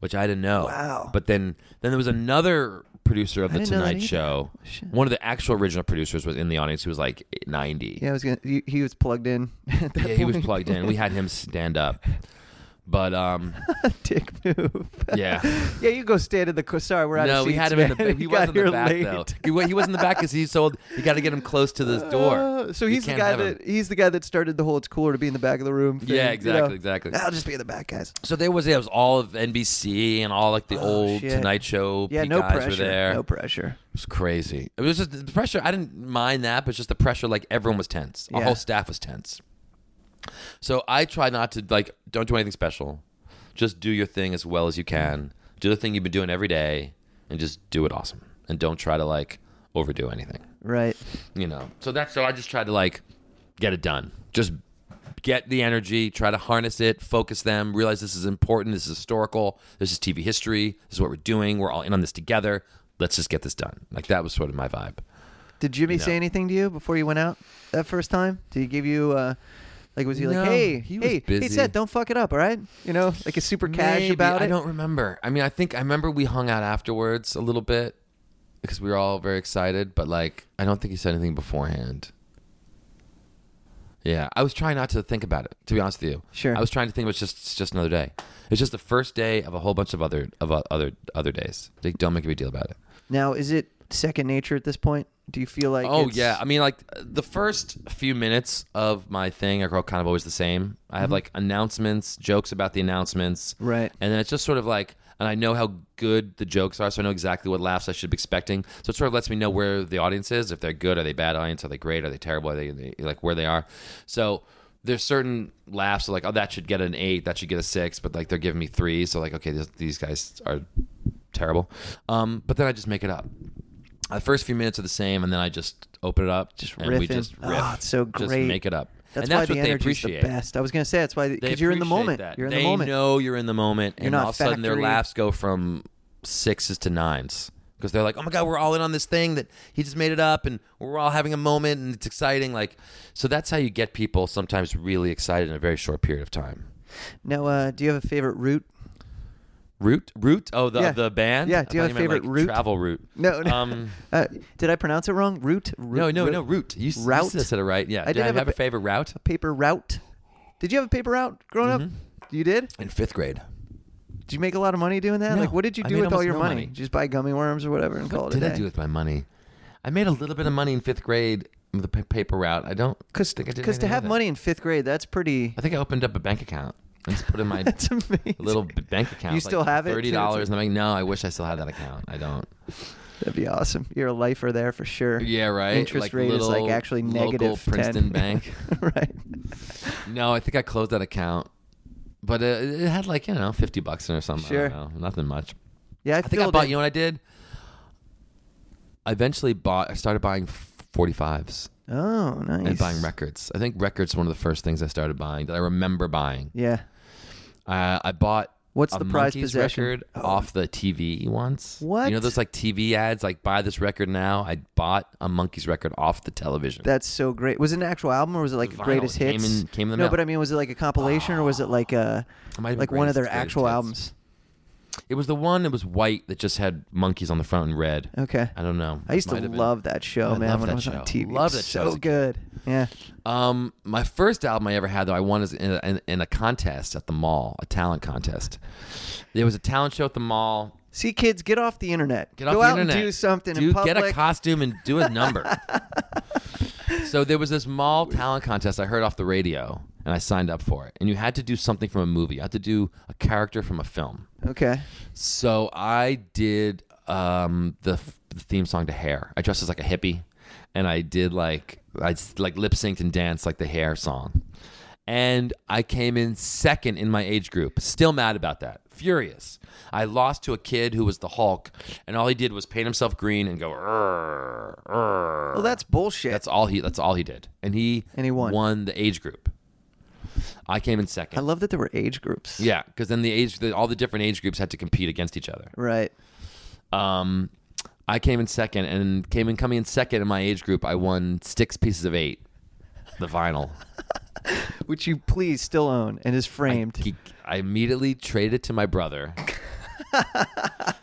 which I didn't know. Wow. Oh, But then then there was another producer of I the didn't know that Tonight either. Show. Shit. One of the actual original producers was in the audience who was like 90. Yeah, I was gonna. He, he was plugged in. at that Yeah, he was point. plugged in. We had him stand up. But um Dick move. yeah. yeah, you go stand in the. co- Sorry, we're out No, of we seats, had him in man. the We he got was in the here back late. though. He, wa- he was in the back cuz he's sold you got to get him close to this door. Uh, so You he's the can't guy have him. that he's the guy that started the whole "it's cooler to be in the back of the room." Thing, Yeah, you exactly, know? exactly. I'll just be in the back, guys. So there was it was all of NBC and all like the old Oh, shit. Tonight Show Yeah, guys no were pressure. there. No pressure. It was crazy. It was just the pressure. I didn't mind that, but it's just the pressure. Like everyone was tense. Our Yeah. whole staff was tense. So I try not to like. Don't do anything special. Just do your thing as well as you can. Do the thing you've been doing every day, and just do it awesome. And don't try to like overdo anything. Right. You know. So that's so I just tried to like get it done. Just get the energy, try to harness it, focus them, realize this is important, this is historical, this is TV history, this is what we're doing, we're all in on this together. Let's just get this done. Like that was sort of my vibe. Did Jimmy say anything to you before you went out that first time? Did he give you uh like was he No, like, hey, he was hey, busy. hey, Seth, don't fuck it up, all right? You know, like a super cash Maybe. about it. I don't remember. I mean, I think I remember we hung out afterwards a little bit because we were all very excited, but like I don't think he said anything beforehand. Yeah, I was trying not to think about it. To be honest with you, Sure. I was trying to think it was just it's just another day. It's just the first day of a whole bunch of other of o- other other days. Like, don't make a big deal about it. Now, is it second nature at this point? Do you feel like? Oh it's- yeah, I mean like the first few minutes of my thing are kind of always the same. I have like announcements, jokes about the announcements, Mm-hmm. Right. And then it's just sort of like, and I know how good the jokes are, so I know exactly what laughs I should be expecting. So it sort of lets me know where the audience is. If they're good, are they bad audience? Are they great? Are they terrible? Are they, they like where they are? So there's certain laughs like, oh, that should get an eight, that should get a six, but like they're giving me three, so like okay, these, these guys are terrible. Um, but then I just make it up. The first few minutes are the same, and then I just open it up, Just and we riffing. just riff. Ah, it's so Just great. make it up. That's, and that's why what the they energy is appreciate. the best. I was gonna say that's why They because you're in the appreciate moment. that. You're in they the moment. know you're in the moment, and not all of a sudden their factory- laughs go from sixes to nines because they're like, "Oh my god, we're all in on this thing that he just made it up, and we're all having a moment, and it's exciting." Like, so that's how you get people sometimes really excited in a very short period of time. Now, uh, do you have a favorite route? Root, root. Oh, the Yeah. the band. Yeah, I do you thought have a meant, favorite like, route? Travel route. No, no. Um, Uh, did I pronounce it wrong? Route? Ru- no, no, ru- no. Route. You, s- you Route? said it right. Yeah. I did I have have, a a ba- favorite route Paper route. Did you have a paper route growing Mm-hmm. up? You did. in fifth grade. Did you make a lot of money doing that? No, like, what did you I do made with all almost your no money? money. Just buy gummy worms or whatever and call What it a did day. I do with my money? I made a little bit of money in fifth grade with a pa- paper route. I don't Because think I did to anything have with it. money in fifth grade, that's pretty. I think I opened up a bank account and just put in my That's amazing. little b- bank account. You still have it, too? Thirty dollars, and I'm like, no, I wish I still had that account. I don't. That'd be awesome. You're a lifer there for sure. Yeah, right. Interest rate is like little actually local negative 10. Princeton bank. right. No, I think I closed that account, but it, it had like you know fifty bucks in it or something. I Sure. don't know, nothing much. Yeah, I, I think I filled bought. in- You know what I did? I eventually bought. I started buying forty fives. Oh, nice. and buying records. I think records were one of the first things I started buying that I remember buying. Yeah. Uh, I bought What's a the prized Monkees possession? Oh. record off the TV once. What? You know those like TV ads like buy this record now. I bought a Monkeys record off the television. That's so great. Was it an actual album or was it like Vinyl. greatest It came hits? in- came in the no, mail. but I mean, was it like a compilation or was it like a It might have been like one of their Greatest Hits, actual Greatest albums? it was the one that was white that just had monkeys on the front in red. Okay. I don't know. Oh. I used Might to have been. love that show, I man. love when that it was show. on TV, Love It was that show as So a good. Yeah. Um, my first album I ever had though I won is in a, in, in a contest at the mall, a talent contest. There was a talent show at the mall. See, kids, get off the internet. Get Go off the out internet. and do something in Dude, public. Get a costume and do a number. so there was this mall talent contest I heard off the radio, and I signed up for it. And you had to do something from a movie. You had to do a character from a film. okay. So I did um, the, f- the theme song to Hair. I dressed as like a hippie, and I did like I s- like lip synced and danced like the Hair song. And I came in second in my age group. Still mad about that. Furious. I lost to a kid who was the Hulk, and all he did was paint himself green and go. "Rrr, rrr." Well, that's bullshit. that's all he. That's all he did, and he And he won. won the age group. I came in second. I love that there were age groups. yeah, because then the age, the, all the different age groups had to compete against each other. Right. Um, I came in second, and came in coming in second in my age group. I won six pieces of eight, the vinyl. Which you please still own and is framed. He, I immediately traded it to my brother,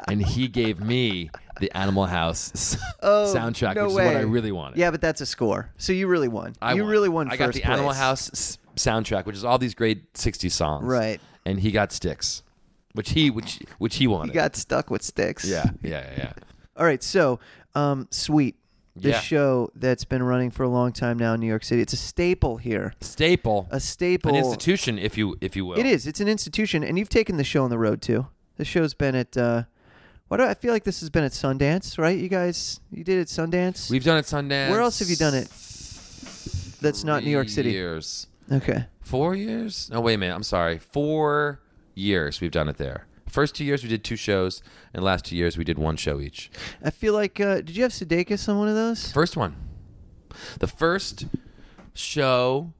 and he gave me the Animal House s- Oh, soundtrack, no which way. is what I really wanted. Yeah, but that's a score. So you really won. I you won. really won I first got the Animal place. House s- soundtrack, which is all these great '60s songs, Right. And he got sticks, which he which which he wanted. You got stuck with sticks. yeah, yeah, yeah. yeah. All right. So, um, Sweet, this Yeah. show that's been running for a long time now in New York City, it's a staple here. Staple, A staple. an institution, if you if you will. It is. It's an institution, and you've taken the show on the road too. The show's been at. Uh, why do I feel like this has been at Sundance, right? You guys, you did it at Sundance. We've done it Sundance. Where else have you done it? That's not New York Three City. Years. Okay. Four years? No, wait a minute. I'm sorry. Four years we've done it there. First two years we did two shows, and last two years we did one show each. I feel like. Uh, did you have Sudeikis on one of those? First one, the first show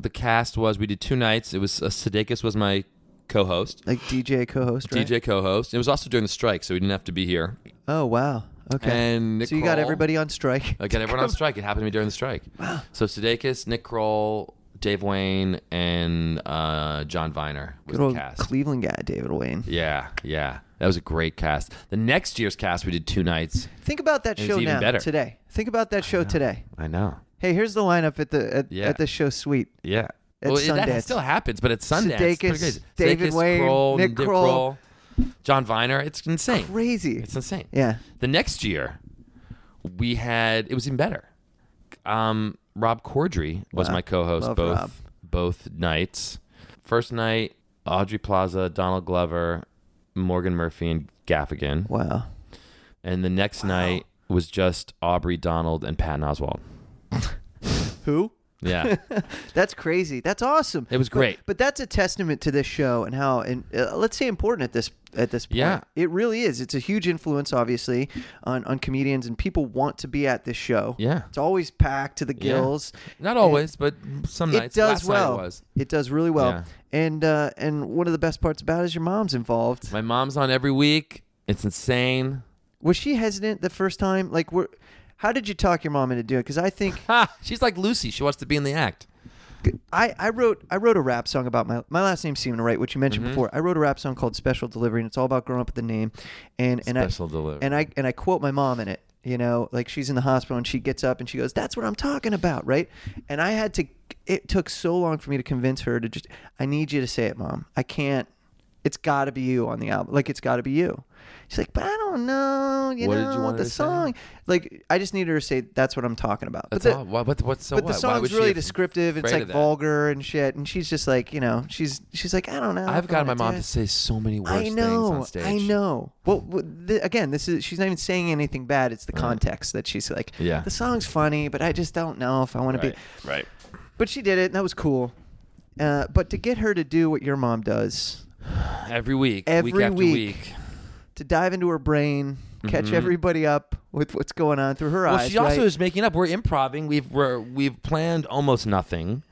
the cast was we did two nights. It was uh, Sudeikis was my co-host, Like DJ co-host, right? DJ co-host. It was also during the strike, so we didn't have to be here. Oh wow. Okay. And Nick so you got Kroll. everybody on strike. I got everyone on strike. It happened to me during the strike. So Sudeikis, Nick Kroll, Dave Wayne, and uh, John Viner was Good old the cast. Cleveland guy, David Wayne. yeah, yeah, that was a great cast. The next year's cast, we did two nights. Think about that It's show even now better. today. Think about that show today. I know. Hey, here's the lineup at the at, Yeah. at the show suite. Yeah. At well, it- Sundance. that still happens, but it's Sundance. Sudeikis, It's pretty crazy. David Sudeikis, Wayne, Kroll, Nick Kroll. John Viner. It's insane. Crazy. It's insane. yeah. The next year, we had it was even better. Um, Rob Cordry was Wow. my co-host Love both Rob. both nights. First night, Audrey Plaza, Donald Glover, Morgan Murphy, and Gaffigan. Wow. And the next night was just Aubrey, Donald, and Patton Oswald. Who? Yeah, That's crazy. That's awesome. It was But- great. But, that's a testament to this show and how and uh, let's say important at this at this point. Yeah. It really is. It's a huge influence obviously on on comedians and people want to be at this show. Yeah. It's always packed to the Yeah. gills. not always, but some It nights. does Last well. night it was. It does really well. Yeah. And uh and one of the best parts about it is your mom's involved. My mom's on every week. It's insane. Was she hesitant the first time? Like were how did you talk your mom into doing it? Because I think Ha! She's like Lucy. She wants to be in the act. I, I wrote I wrote a rap song about my my last name Seaman, right? Which you mentioned Mm-hmm. before. I wrote a rap song called Special Delivery, and it's all about growing up with the name, and and Special I, Delivery. and I and I quote my mom in it. You know, like she's in the hospital and she gets up and she goes, "That's what I'm talking about," right? And I had to. It took so long for me to convince her to just. I need you to say it, mom. I can't. It's got to be you on the album. Like it's got to be you. She's like, but I don't know. You What did you know want the her to say? song. Like I just needed her to say, "That's what I'm talking about." That's but the, all. Why- What, what's so but what? the Why would song's she really af- descriptive. It's afraid like of that? vulgar and shit. And she's just like, you know, she's she's like, I don't know. I've if I gotten my wanna mom do to it." say so many worse I know. things on stage. I know. Well, well th- again, this is she's not even saying anything bad. It's the context that she's like, Yeah. the song's funny, but I just don't know if I want to Right. be. Right. But she did it, and that was cool. Uh, but to get her to do what your mom does, Every week. Every week after week. week. to dive into her brain, catch everybody up with what's going on through her Mm-hmm. Well, eyes. she also right? is making up. We're improving. We've we're, we've planned almost nothing,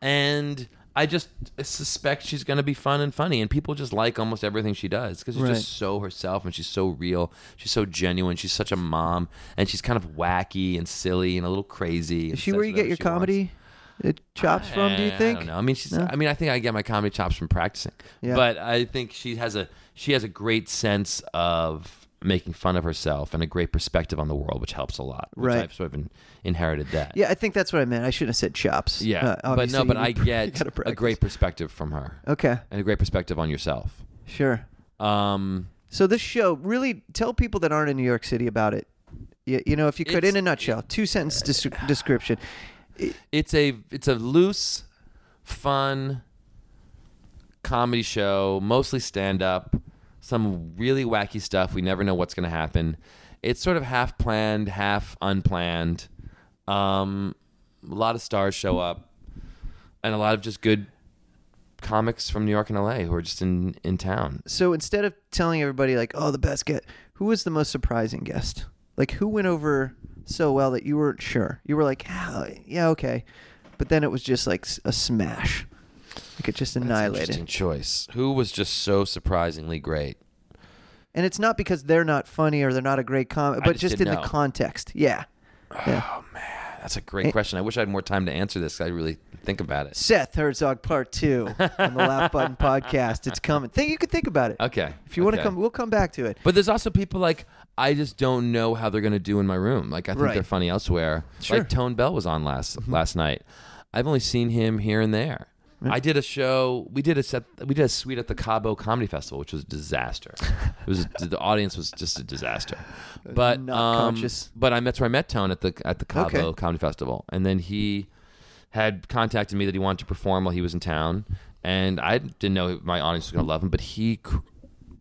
and I just suspect she's going to be fun and funny, and people just like almost everything she does because she's Right. just so herself and she's so real. She's so genuine. She's such a mom, and she's kind of wacky and silly and a little crazy. and Is she says where you get whatever your she wants. comedy uh, chops from? Do you Eh, think? I don't know. I mean, she's. No? I mean, I think I get my comedy chops from practicing. Yeah. But I think she has a she has a great sense of making fun of herself and a great perspective on the world, which helps a lot. which Right. I've sort of in, inherited that. Yeah, I think that's what I meant. I shouldn't have said chops. Uh, Yeah. but obviously, no, but you- I you get gotta a practice. great perspective from her Okay, and a great perspective on yourself. sure. Um, So this show really tell people that aren't in New York City about it. You, you know, if you could, in It's- Uh, a nutshell, two sentence des- description. it's a it's a loose, fun comedy show, mostly stand up, some really wacky stuff. We never know what's going to happen. It's sort of half planned, half unplanned. Um, a lot of stars show up, and a lot of just good comics from New York and LA who are just in in town. So instead of telling everybody like, "Oh, the best guest," who was the most surprising guest? Like, who went over so well that you weren't sure? You were like, oh, "Yeah, okay," but then it was just like s- a smash. Like it just annihilated. Interesting choice. Who was just so surprisingly great? And it's not because they're not funny or they're not a great comic, but just just in didn't the know. context. Yeah. yeah. That's a Eh. great question. I wish I had more time to answer this. 'cause I really think about it. Seth Herzog Part Two on the Laugh Button Podcast. It's coming. Think you could think about it. Okay. If you want to Okay. come, we'll come back to it. But there's also people like I just don't know how they're gonna do in my room. Like I think Right. they're funny elsewhere. Sure. Mm-hmm. Like Tone Bell was on last last night. I've only seen him here and there. I did a show. We did a set. We did a suite at the Cabo Comedy Festival, which was a disaster. It was the audience was just a disaster. But Not um, conscious. but I met where I met Tone at the at the Cabo Okay. Comedy Festival, and then he had contacted me that he wanted to perform while he was in town, and I didn't know my audience was gonna love him, but he cr-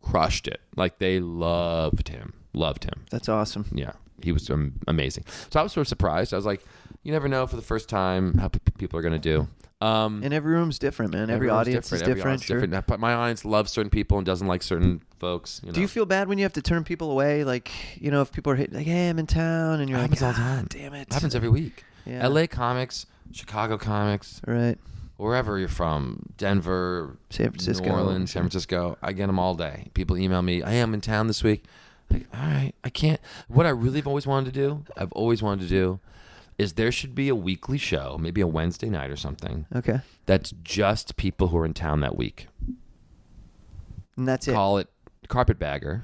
crushed it. Like they loved him, loved him. That's awesome. Yeah, he was um, amazing. So I was sort of surprised. I was like, you never know for the first time how p- people are gonna do. Um, And every room's different, man. Every everyone's audience is every different. audience is sure. different. But my audience loves certain people and doesn't like certain folks. You know? Do you feel bad when you have to turn people away? Like, you know, if people are hit, like, hey, I'm in town, and you're It like, happens all the "Ah, time. damn it. It happens every week. Yeah. LA comics Chicago comics, Right. wherever you're from, Denver, San Francisco. New Orleans, San Francisco. I get them all day. People email me, "Hey, I'm in town this week." Like, all right, I can't. What I really have always wanted to do, I've always wanted to do, is there should be a weekly show, maybe a Wednesday night or something, Okay. that's just people who are in town that week. And that's it. Call it Carpetbagger.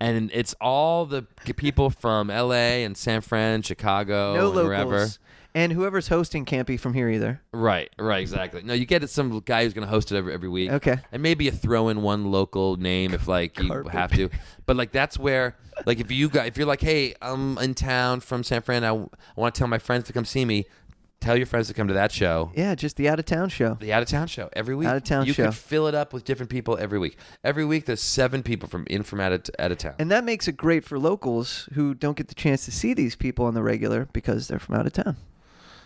and it's all the g- people from LA and San Fran, Chicago, No and locals. wherever. And whoever's hosting can't be from here either. Right, right, exactly. No, you get it some guy who's going to host it every, every week. Okay. And maybe you throw in one local name if like you Carpet have to. But like that's where like if you got if you're like, "Hey, I'm in town from San Fran. I, want to tell my friends to come see me." Tell your friends to come to that show. Yeah, just the out of town show. The out of town show every week. Out-of-town you show. could fill it up with different people every week. Every week there's seven people from in from out of, out of town. And that makes it great for locals who don't get the chance to see these people on the regular because they're from out of town.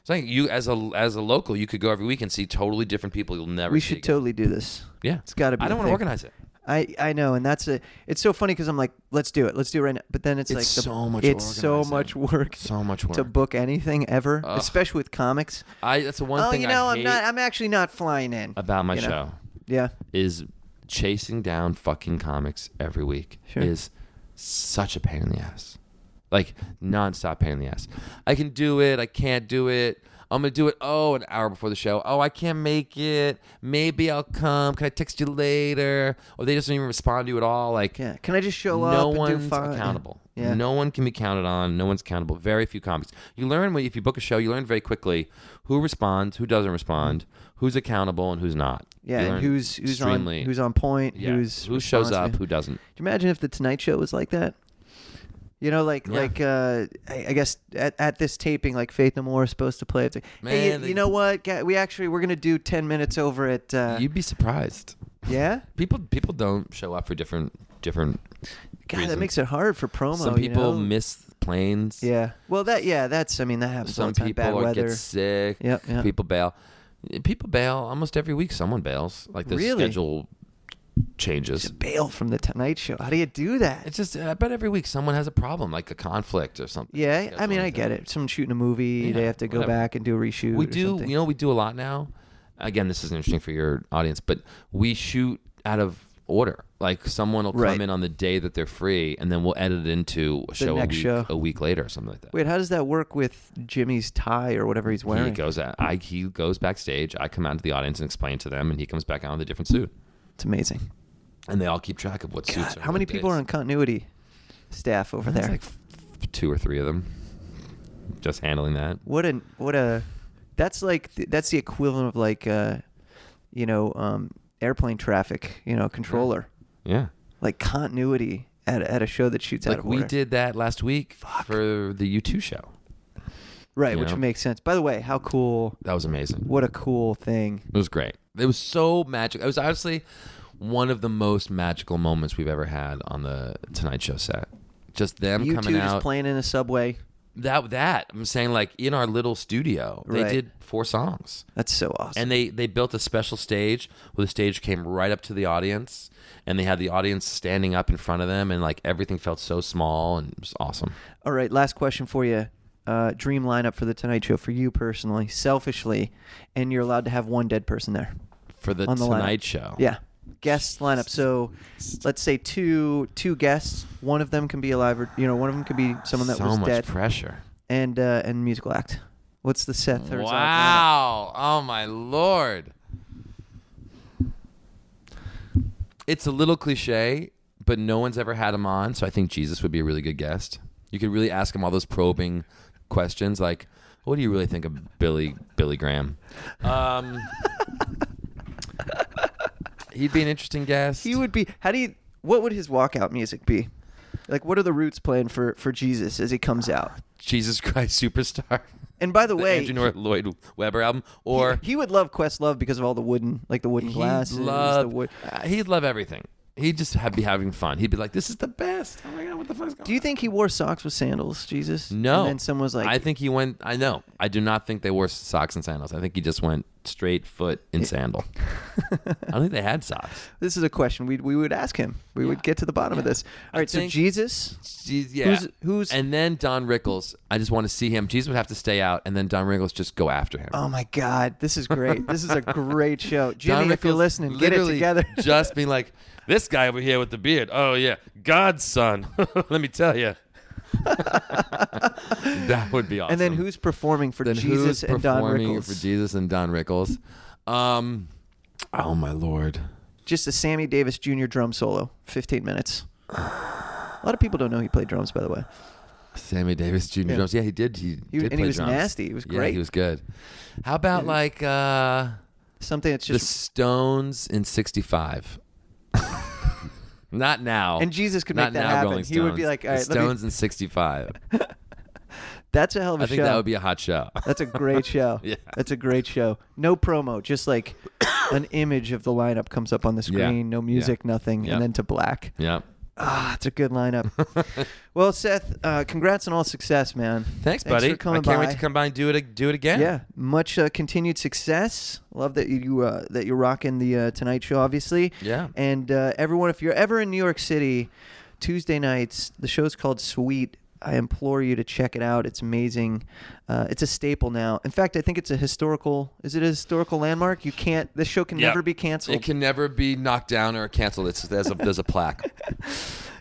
so I think you as a as a local, you could go every week and see totally different people you'll never we see. should again. totally do this. Yeah. It's got to be. I a don't want to thing. organize it. I I know, and that's a. It's so funny because I'm like, let's do it, let's do it right now. But then it's, It's like the- so much It's so organizing. much work. So much to work. book anything ever, Ugh. especially with comics. I that's the one oh, thing you know, I I'm hate Uh, not. I'm actually not flying in about my you know? show. Yeah, is chasing down fucking comics every week Sure. is such a pain in the ass. Like nonstop pain in the ass. I can do it. I can't do it. I'm gonna do it. Oh, an hour before the show. Oh, I can't make it. Maybe I'll come. Can I text you later? Or they just don't even respond to you at all. Like yeah. Can I just show up? no and do one's fine? accountable. Yeah. No one can be counted on. No one's accountable. Very few comics. You learn when if you book a show, you learn very quickly who responds, who doesn't respond, who's accountable, and who's not. Yeah, You and learn who's who's on extremely- who's on point? yeah, Who's who shows up, responsive. who doesn't. Could you imagine if the Tonight Show was like that? You know, like Yeah. like uh, I, I guess at, at this taping, like Faith No More is supposed to play. It's like, hey, Man, you, they- you know what? Ga- We actually we're gonna do ten minutes over at uh, You'd be surprised. yeah. People people don't show up for different different. God, that reasons. makes it hard for promo. Some Oh you people know? miss planes. Yeah. Well, that yeah, that's I mean that happens. all Some the time. people bad are- weather. get sick. Yep, yep. People bail. People bail almost every week. Someone bails. Like the Really? schedule changes. to bail from the Tonight Show. How do you do that? It's just I bet every week someone has a problem, like a conflict or something. yeah, I Schedule mean, I like get that. it. Someone shooting a movie, they Yeah, have to go whatever. back and do a reshoot. We or do. something. You know, we do a lot now. Again, this is interesting for your audience, but we shoot out of order. Like someone will come Right. in on the day that they're free, and then we'll edit it into a show, next a week, show. a week later or something like that. Wait, how does that work with Jimmy's tie or whatever he's he wearing? goes out. I he goes backstage. I come out to the audience and explain to them, and he comes back out with a different suit, It's amazing. and they all keep track of what suits. God, how many people are on continuity staff over there? There's like f- f- two or three of them, just handling that. what a what a. That's like th- that's the equivalent of like, uh, you know, um, airplane traffic. You know, controller Yeah. like continuity at at a show that shoots out Like of we order. did that last week for the U2 show. right, you which know? makes sense. By the way, how cool! That was amazing. What a cool thing. It was great. It was so magic. It was honestly one of the most magical moments we've ever had on the Tonight Show set. Just them you coming two out. just playing in a subway. that that I'm saying like in our little studio, Right. they did four songs. That's so awesome. And they they built a special stage where the stage came right up to the audience and they had the audience standing up in front of them and like everything felt so small and it was awesome. All right, last question for you. Uh, dream lineup for the Tonight Show for you personally, selfishly, and you're allowed to have one dead person there For the, on the Tonight lineup. Show. Yeah, guest lineup. So let's say two two guests. One of them can be alive, or you know, one of them could be someone that so was much dead, pressure. and uh, and musical act. What's the Seth? Herzog lineup? Wow. Oh my lord. It's a little cliche, but no one's ever had him on, so I think Jesus would be a really good guest. You could really ask him all those probing questions like what do you really think of Billy Billy Graham? Um He'd be an interesting guest. He would be. How do you? What would his walkout music be? Like, what are the Roots playing for for Jesus as he comes out? Jesus Christ superstar. And by the, The way, Andrew Nor- Lloyd Webber album or he would love Questlove because of all the wooden, like the wooden glasses. He'd love, the wood. uh, he'd love everything. He'd just have, be having fun. He'd be like, "This is the best." Oh my god, what the fuck's going Do you think he wore socks with sandals, Jesus? on? No. And then someone was like, "I think he went." I know. I do not think they wore socks and sandals. I think he just went straight foot in sandal. I don't think they had socks. This is a question we we would ask him. We would get to the bottom of this. All right, so think- Jesus, Jeez, yeah. Who's- who's- and then Don Rickles. I just want to see him. Jesus would have to stay out, and then Don Rickles just go after him. Oh my God, this is great. this is a great show. Don Jimmy, if you're Rickles listening, get it literally together. just being like, this guy over here with the beard. Oh yeah, God's son. Let me tell you. that would be awesome. and then who's performing for Then Jesus who's and Don performing Rickles? for Jesus and Don Rickles? Um, oh my lord. Just a Sammy Davis Jr. drum solo, 15 minutes. A lot of people don't know he played drums, by the way. Sammy Davis Jr. drums. Yeah, he did. He, He- did and he play was drums. nasty. He was Yeah, great. he was good. How about like uh, Something that's the just Stones in '65? Not now. And Jesus could make Not that now, happen. Rolling He would be Stones. like, "All The right, let me- Stones in '65. that's a hell of a I think show. that would be a hot show. that's a great show. Yeah. That's a great show. No promo, just like an image of the lineup comes up on the Yeah. screen. No music, Yeah. nothing, Yeah. and then to black. yeah. Ah, it's a good lineup. well, Seth, uh, congrats on all success, man. Thanks, buddy. for coming I can't by. wait to come by and do it. Do it again. Yeah, much uh, continued success. Love that you uh, that you're rocking the uh, Tonight Show, obviously. Yeah. And uh, everyone, if you're ever in New York City, Tuesday nights, the show's called Sweet. I implore you to check it out. It's amazing. Uh, it's a staple now. In fact, I think it's a historical. Is it a historical landmark? You can't. This show can Yeah. never be canceled. It can never be knocked down or canceled. It's there's a there's a plaque.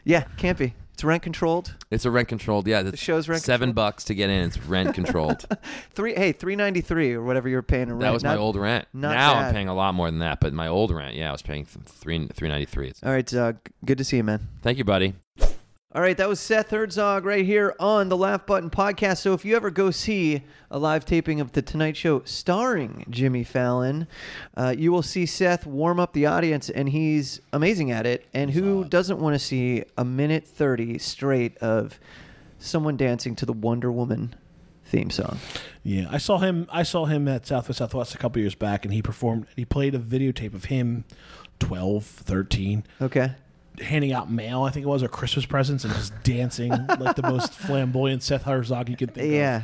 yeah, can't be. It's rent controlled. It's a rent controlled. Yeah, the show's rent seven controlled? bucks to get in. It's rent controlled. Three. Hey, three ninety three or whatever you're paying. in Rent. That was my Not- old rent. not now bad. I'm paying a lot more than that, but my old rent, yeah, I was paying th- three three ninety three. All right, uh, g- good to see you, man. Thank you, buddy. All right, that was Seth Herzog right here on the Laugh Button podcast. So if you ever go see a live taping of The Tonight Show starring Jimmy Fallon, uh, you will see Seth warm up the audience, and he's amazing at it. And who doesn't want to see a minute 30 straight of someone dancing to the Wonder Woman theme song? Yeah, I saw him. I saw him at South by Southwest a couple years back, and he performed. He played a videotape of him, 12, 13, Okay. handing out mail. I think it was or Christmas presents, and just dancing like the most flamboyant Seth Herzog you could think of. Yeah.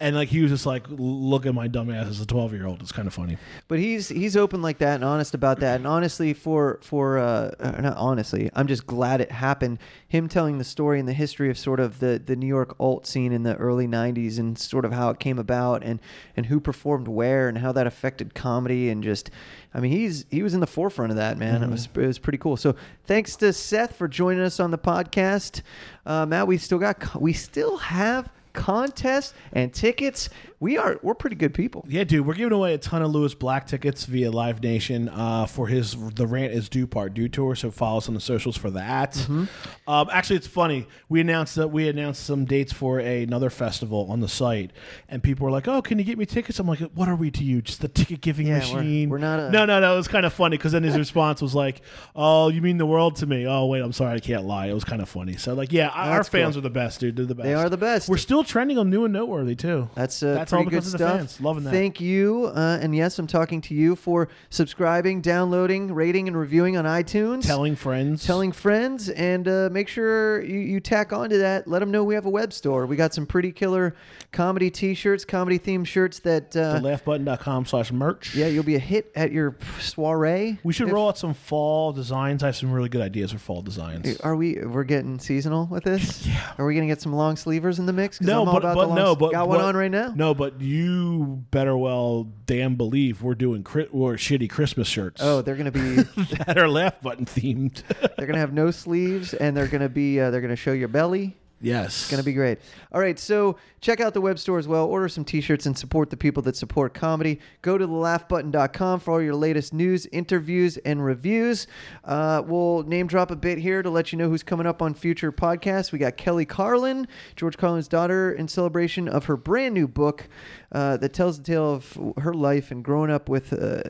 and like he was just like, "Look at my dumb ass as a twelve year old." It's kind of funny. But he's he's open like that and honest about that. And honestly, for for uh, uh, not honestly, I'm just glad it happened. Him telling the story and the history of sort of the the New York alt scene in the early '90s and sort of how it came about and and who performed where and how that affected comedy and just, I mean, he's he was in the forefront of that man. It was it was pretty cool. So thanks to Seth for joining us on the podcast, uh, Matt. We still got co- we still have contests and tickets. We are we're pretty good people. Yeah, dude, we're giving away a ton of Lewis Black tickets via Live Nation uh, for his "The Rant Is Due" part due tour. So follow us on the socials for that. Mm-hmm. Um, actually, it's funny. We announced that we announced some dates for a- another festival on the site, and people were like, "Oh, can you get me tickets?" I'm like, "What are we to you? Just the ticket giving Yeah, we're- machine?" we're not a- no, no, no. It was kind of funny because then his response was like, "Oh, you mean the world to me?" Oh, wait, I'm sorry, I can't lie. It was kind of funny. So like, yeah, our That's fans cool. are the best, dude. They're the best. They are the best. We're still trending on new and noteworthy too. That's uh, that's all pretty because good of stuff. the fans. Loving that. Thank you, uh, and yes, I'm talking to you for subscribing, downloading, rating, and reviewing on iTunes. telling friends, Telling friends, and uh, make sure you, you tack onto that. Let them know we have a web store. We got some pretty killer comedy T-shirts, comedy themed shirts that. Uh, laughbutton.com slash merch. yeah, you'll be a hit at your soiree. We should roll out some fall designs. I have some really good ideas for fall designs. Are we? We're getting seasonal with this. Yeah. Are we gonna get some long sleevers in the mix? 'Cause No, I'm all but, about but the long no, s- but got one but- on right now. No, but you better well damn believe we're doing cri- or shitty Christmas shirts Oh, they're gonna be that are laugh button themed. They're gonna have no sleeves, and they're gonna be uh, they're gonna show your belly. yes, Gonna be great. All right, so check out the web store as well. Order some T-shirts and support the people that support comedy. Go to thelaughbutton.com for all your latest news, interviews, and reviews. Uh, we'll name drop a bit here to let you know who's coming up on future podcasts. We got Kelly Carlin, George Carlin's daughter, in celebration of her brand new book uh, that tells the tale of her life and growing up with. Uh,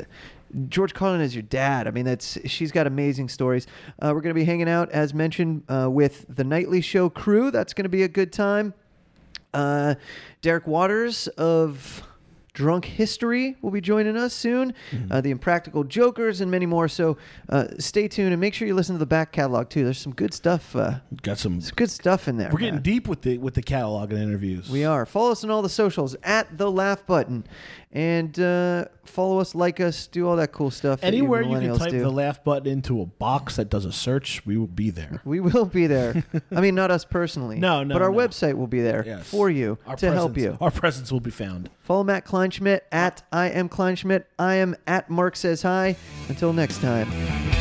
George Carlin is your dad. I mean, that's she's got amazing stories. Uh, we're going to be hanging out, as mentioned, uh, with the Nightly Show crew. That's going to be a good time. Uh, Derek Waters of Drunk History will be joining us soon, Mm-hmm. uh, the Impractical Jokers, and many more. So uh, stay tuned and make sure you listen to the back catalog too. There's some good stuff. Uh, Got some. some good stuff in there. We're getting man. deep with the with the catalog and interviews. We are. Follow us on all the socials at the laugh button, and uh, follow us, like us, do all that cool stuff. that Anywhere you can millennials type do. the laugh button into a box that does a search, we will be there. We will be there. I mean, not us personally. No, no, But our no. website will be there Yes. for you Our to help you. presence- Our presence will be found. Follow Matt Kleinschmidt at I am Kleinschmidt. I am at Mark Says Hi. Until next time.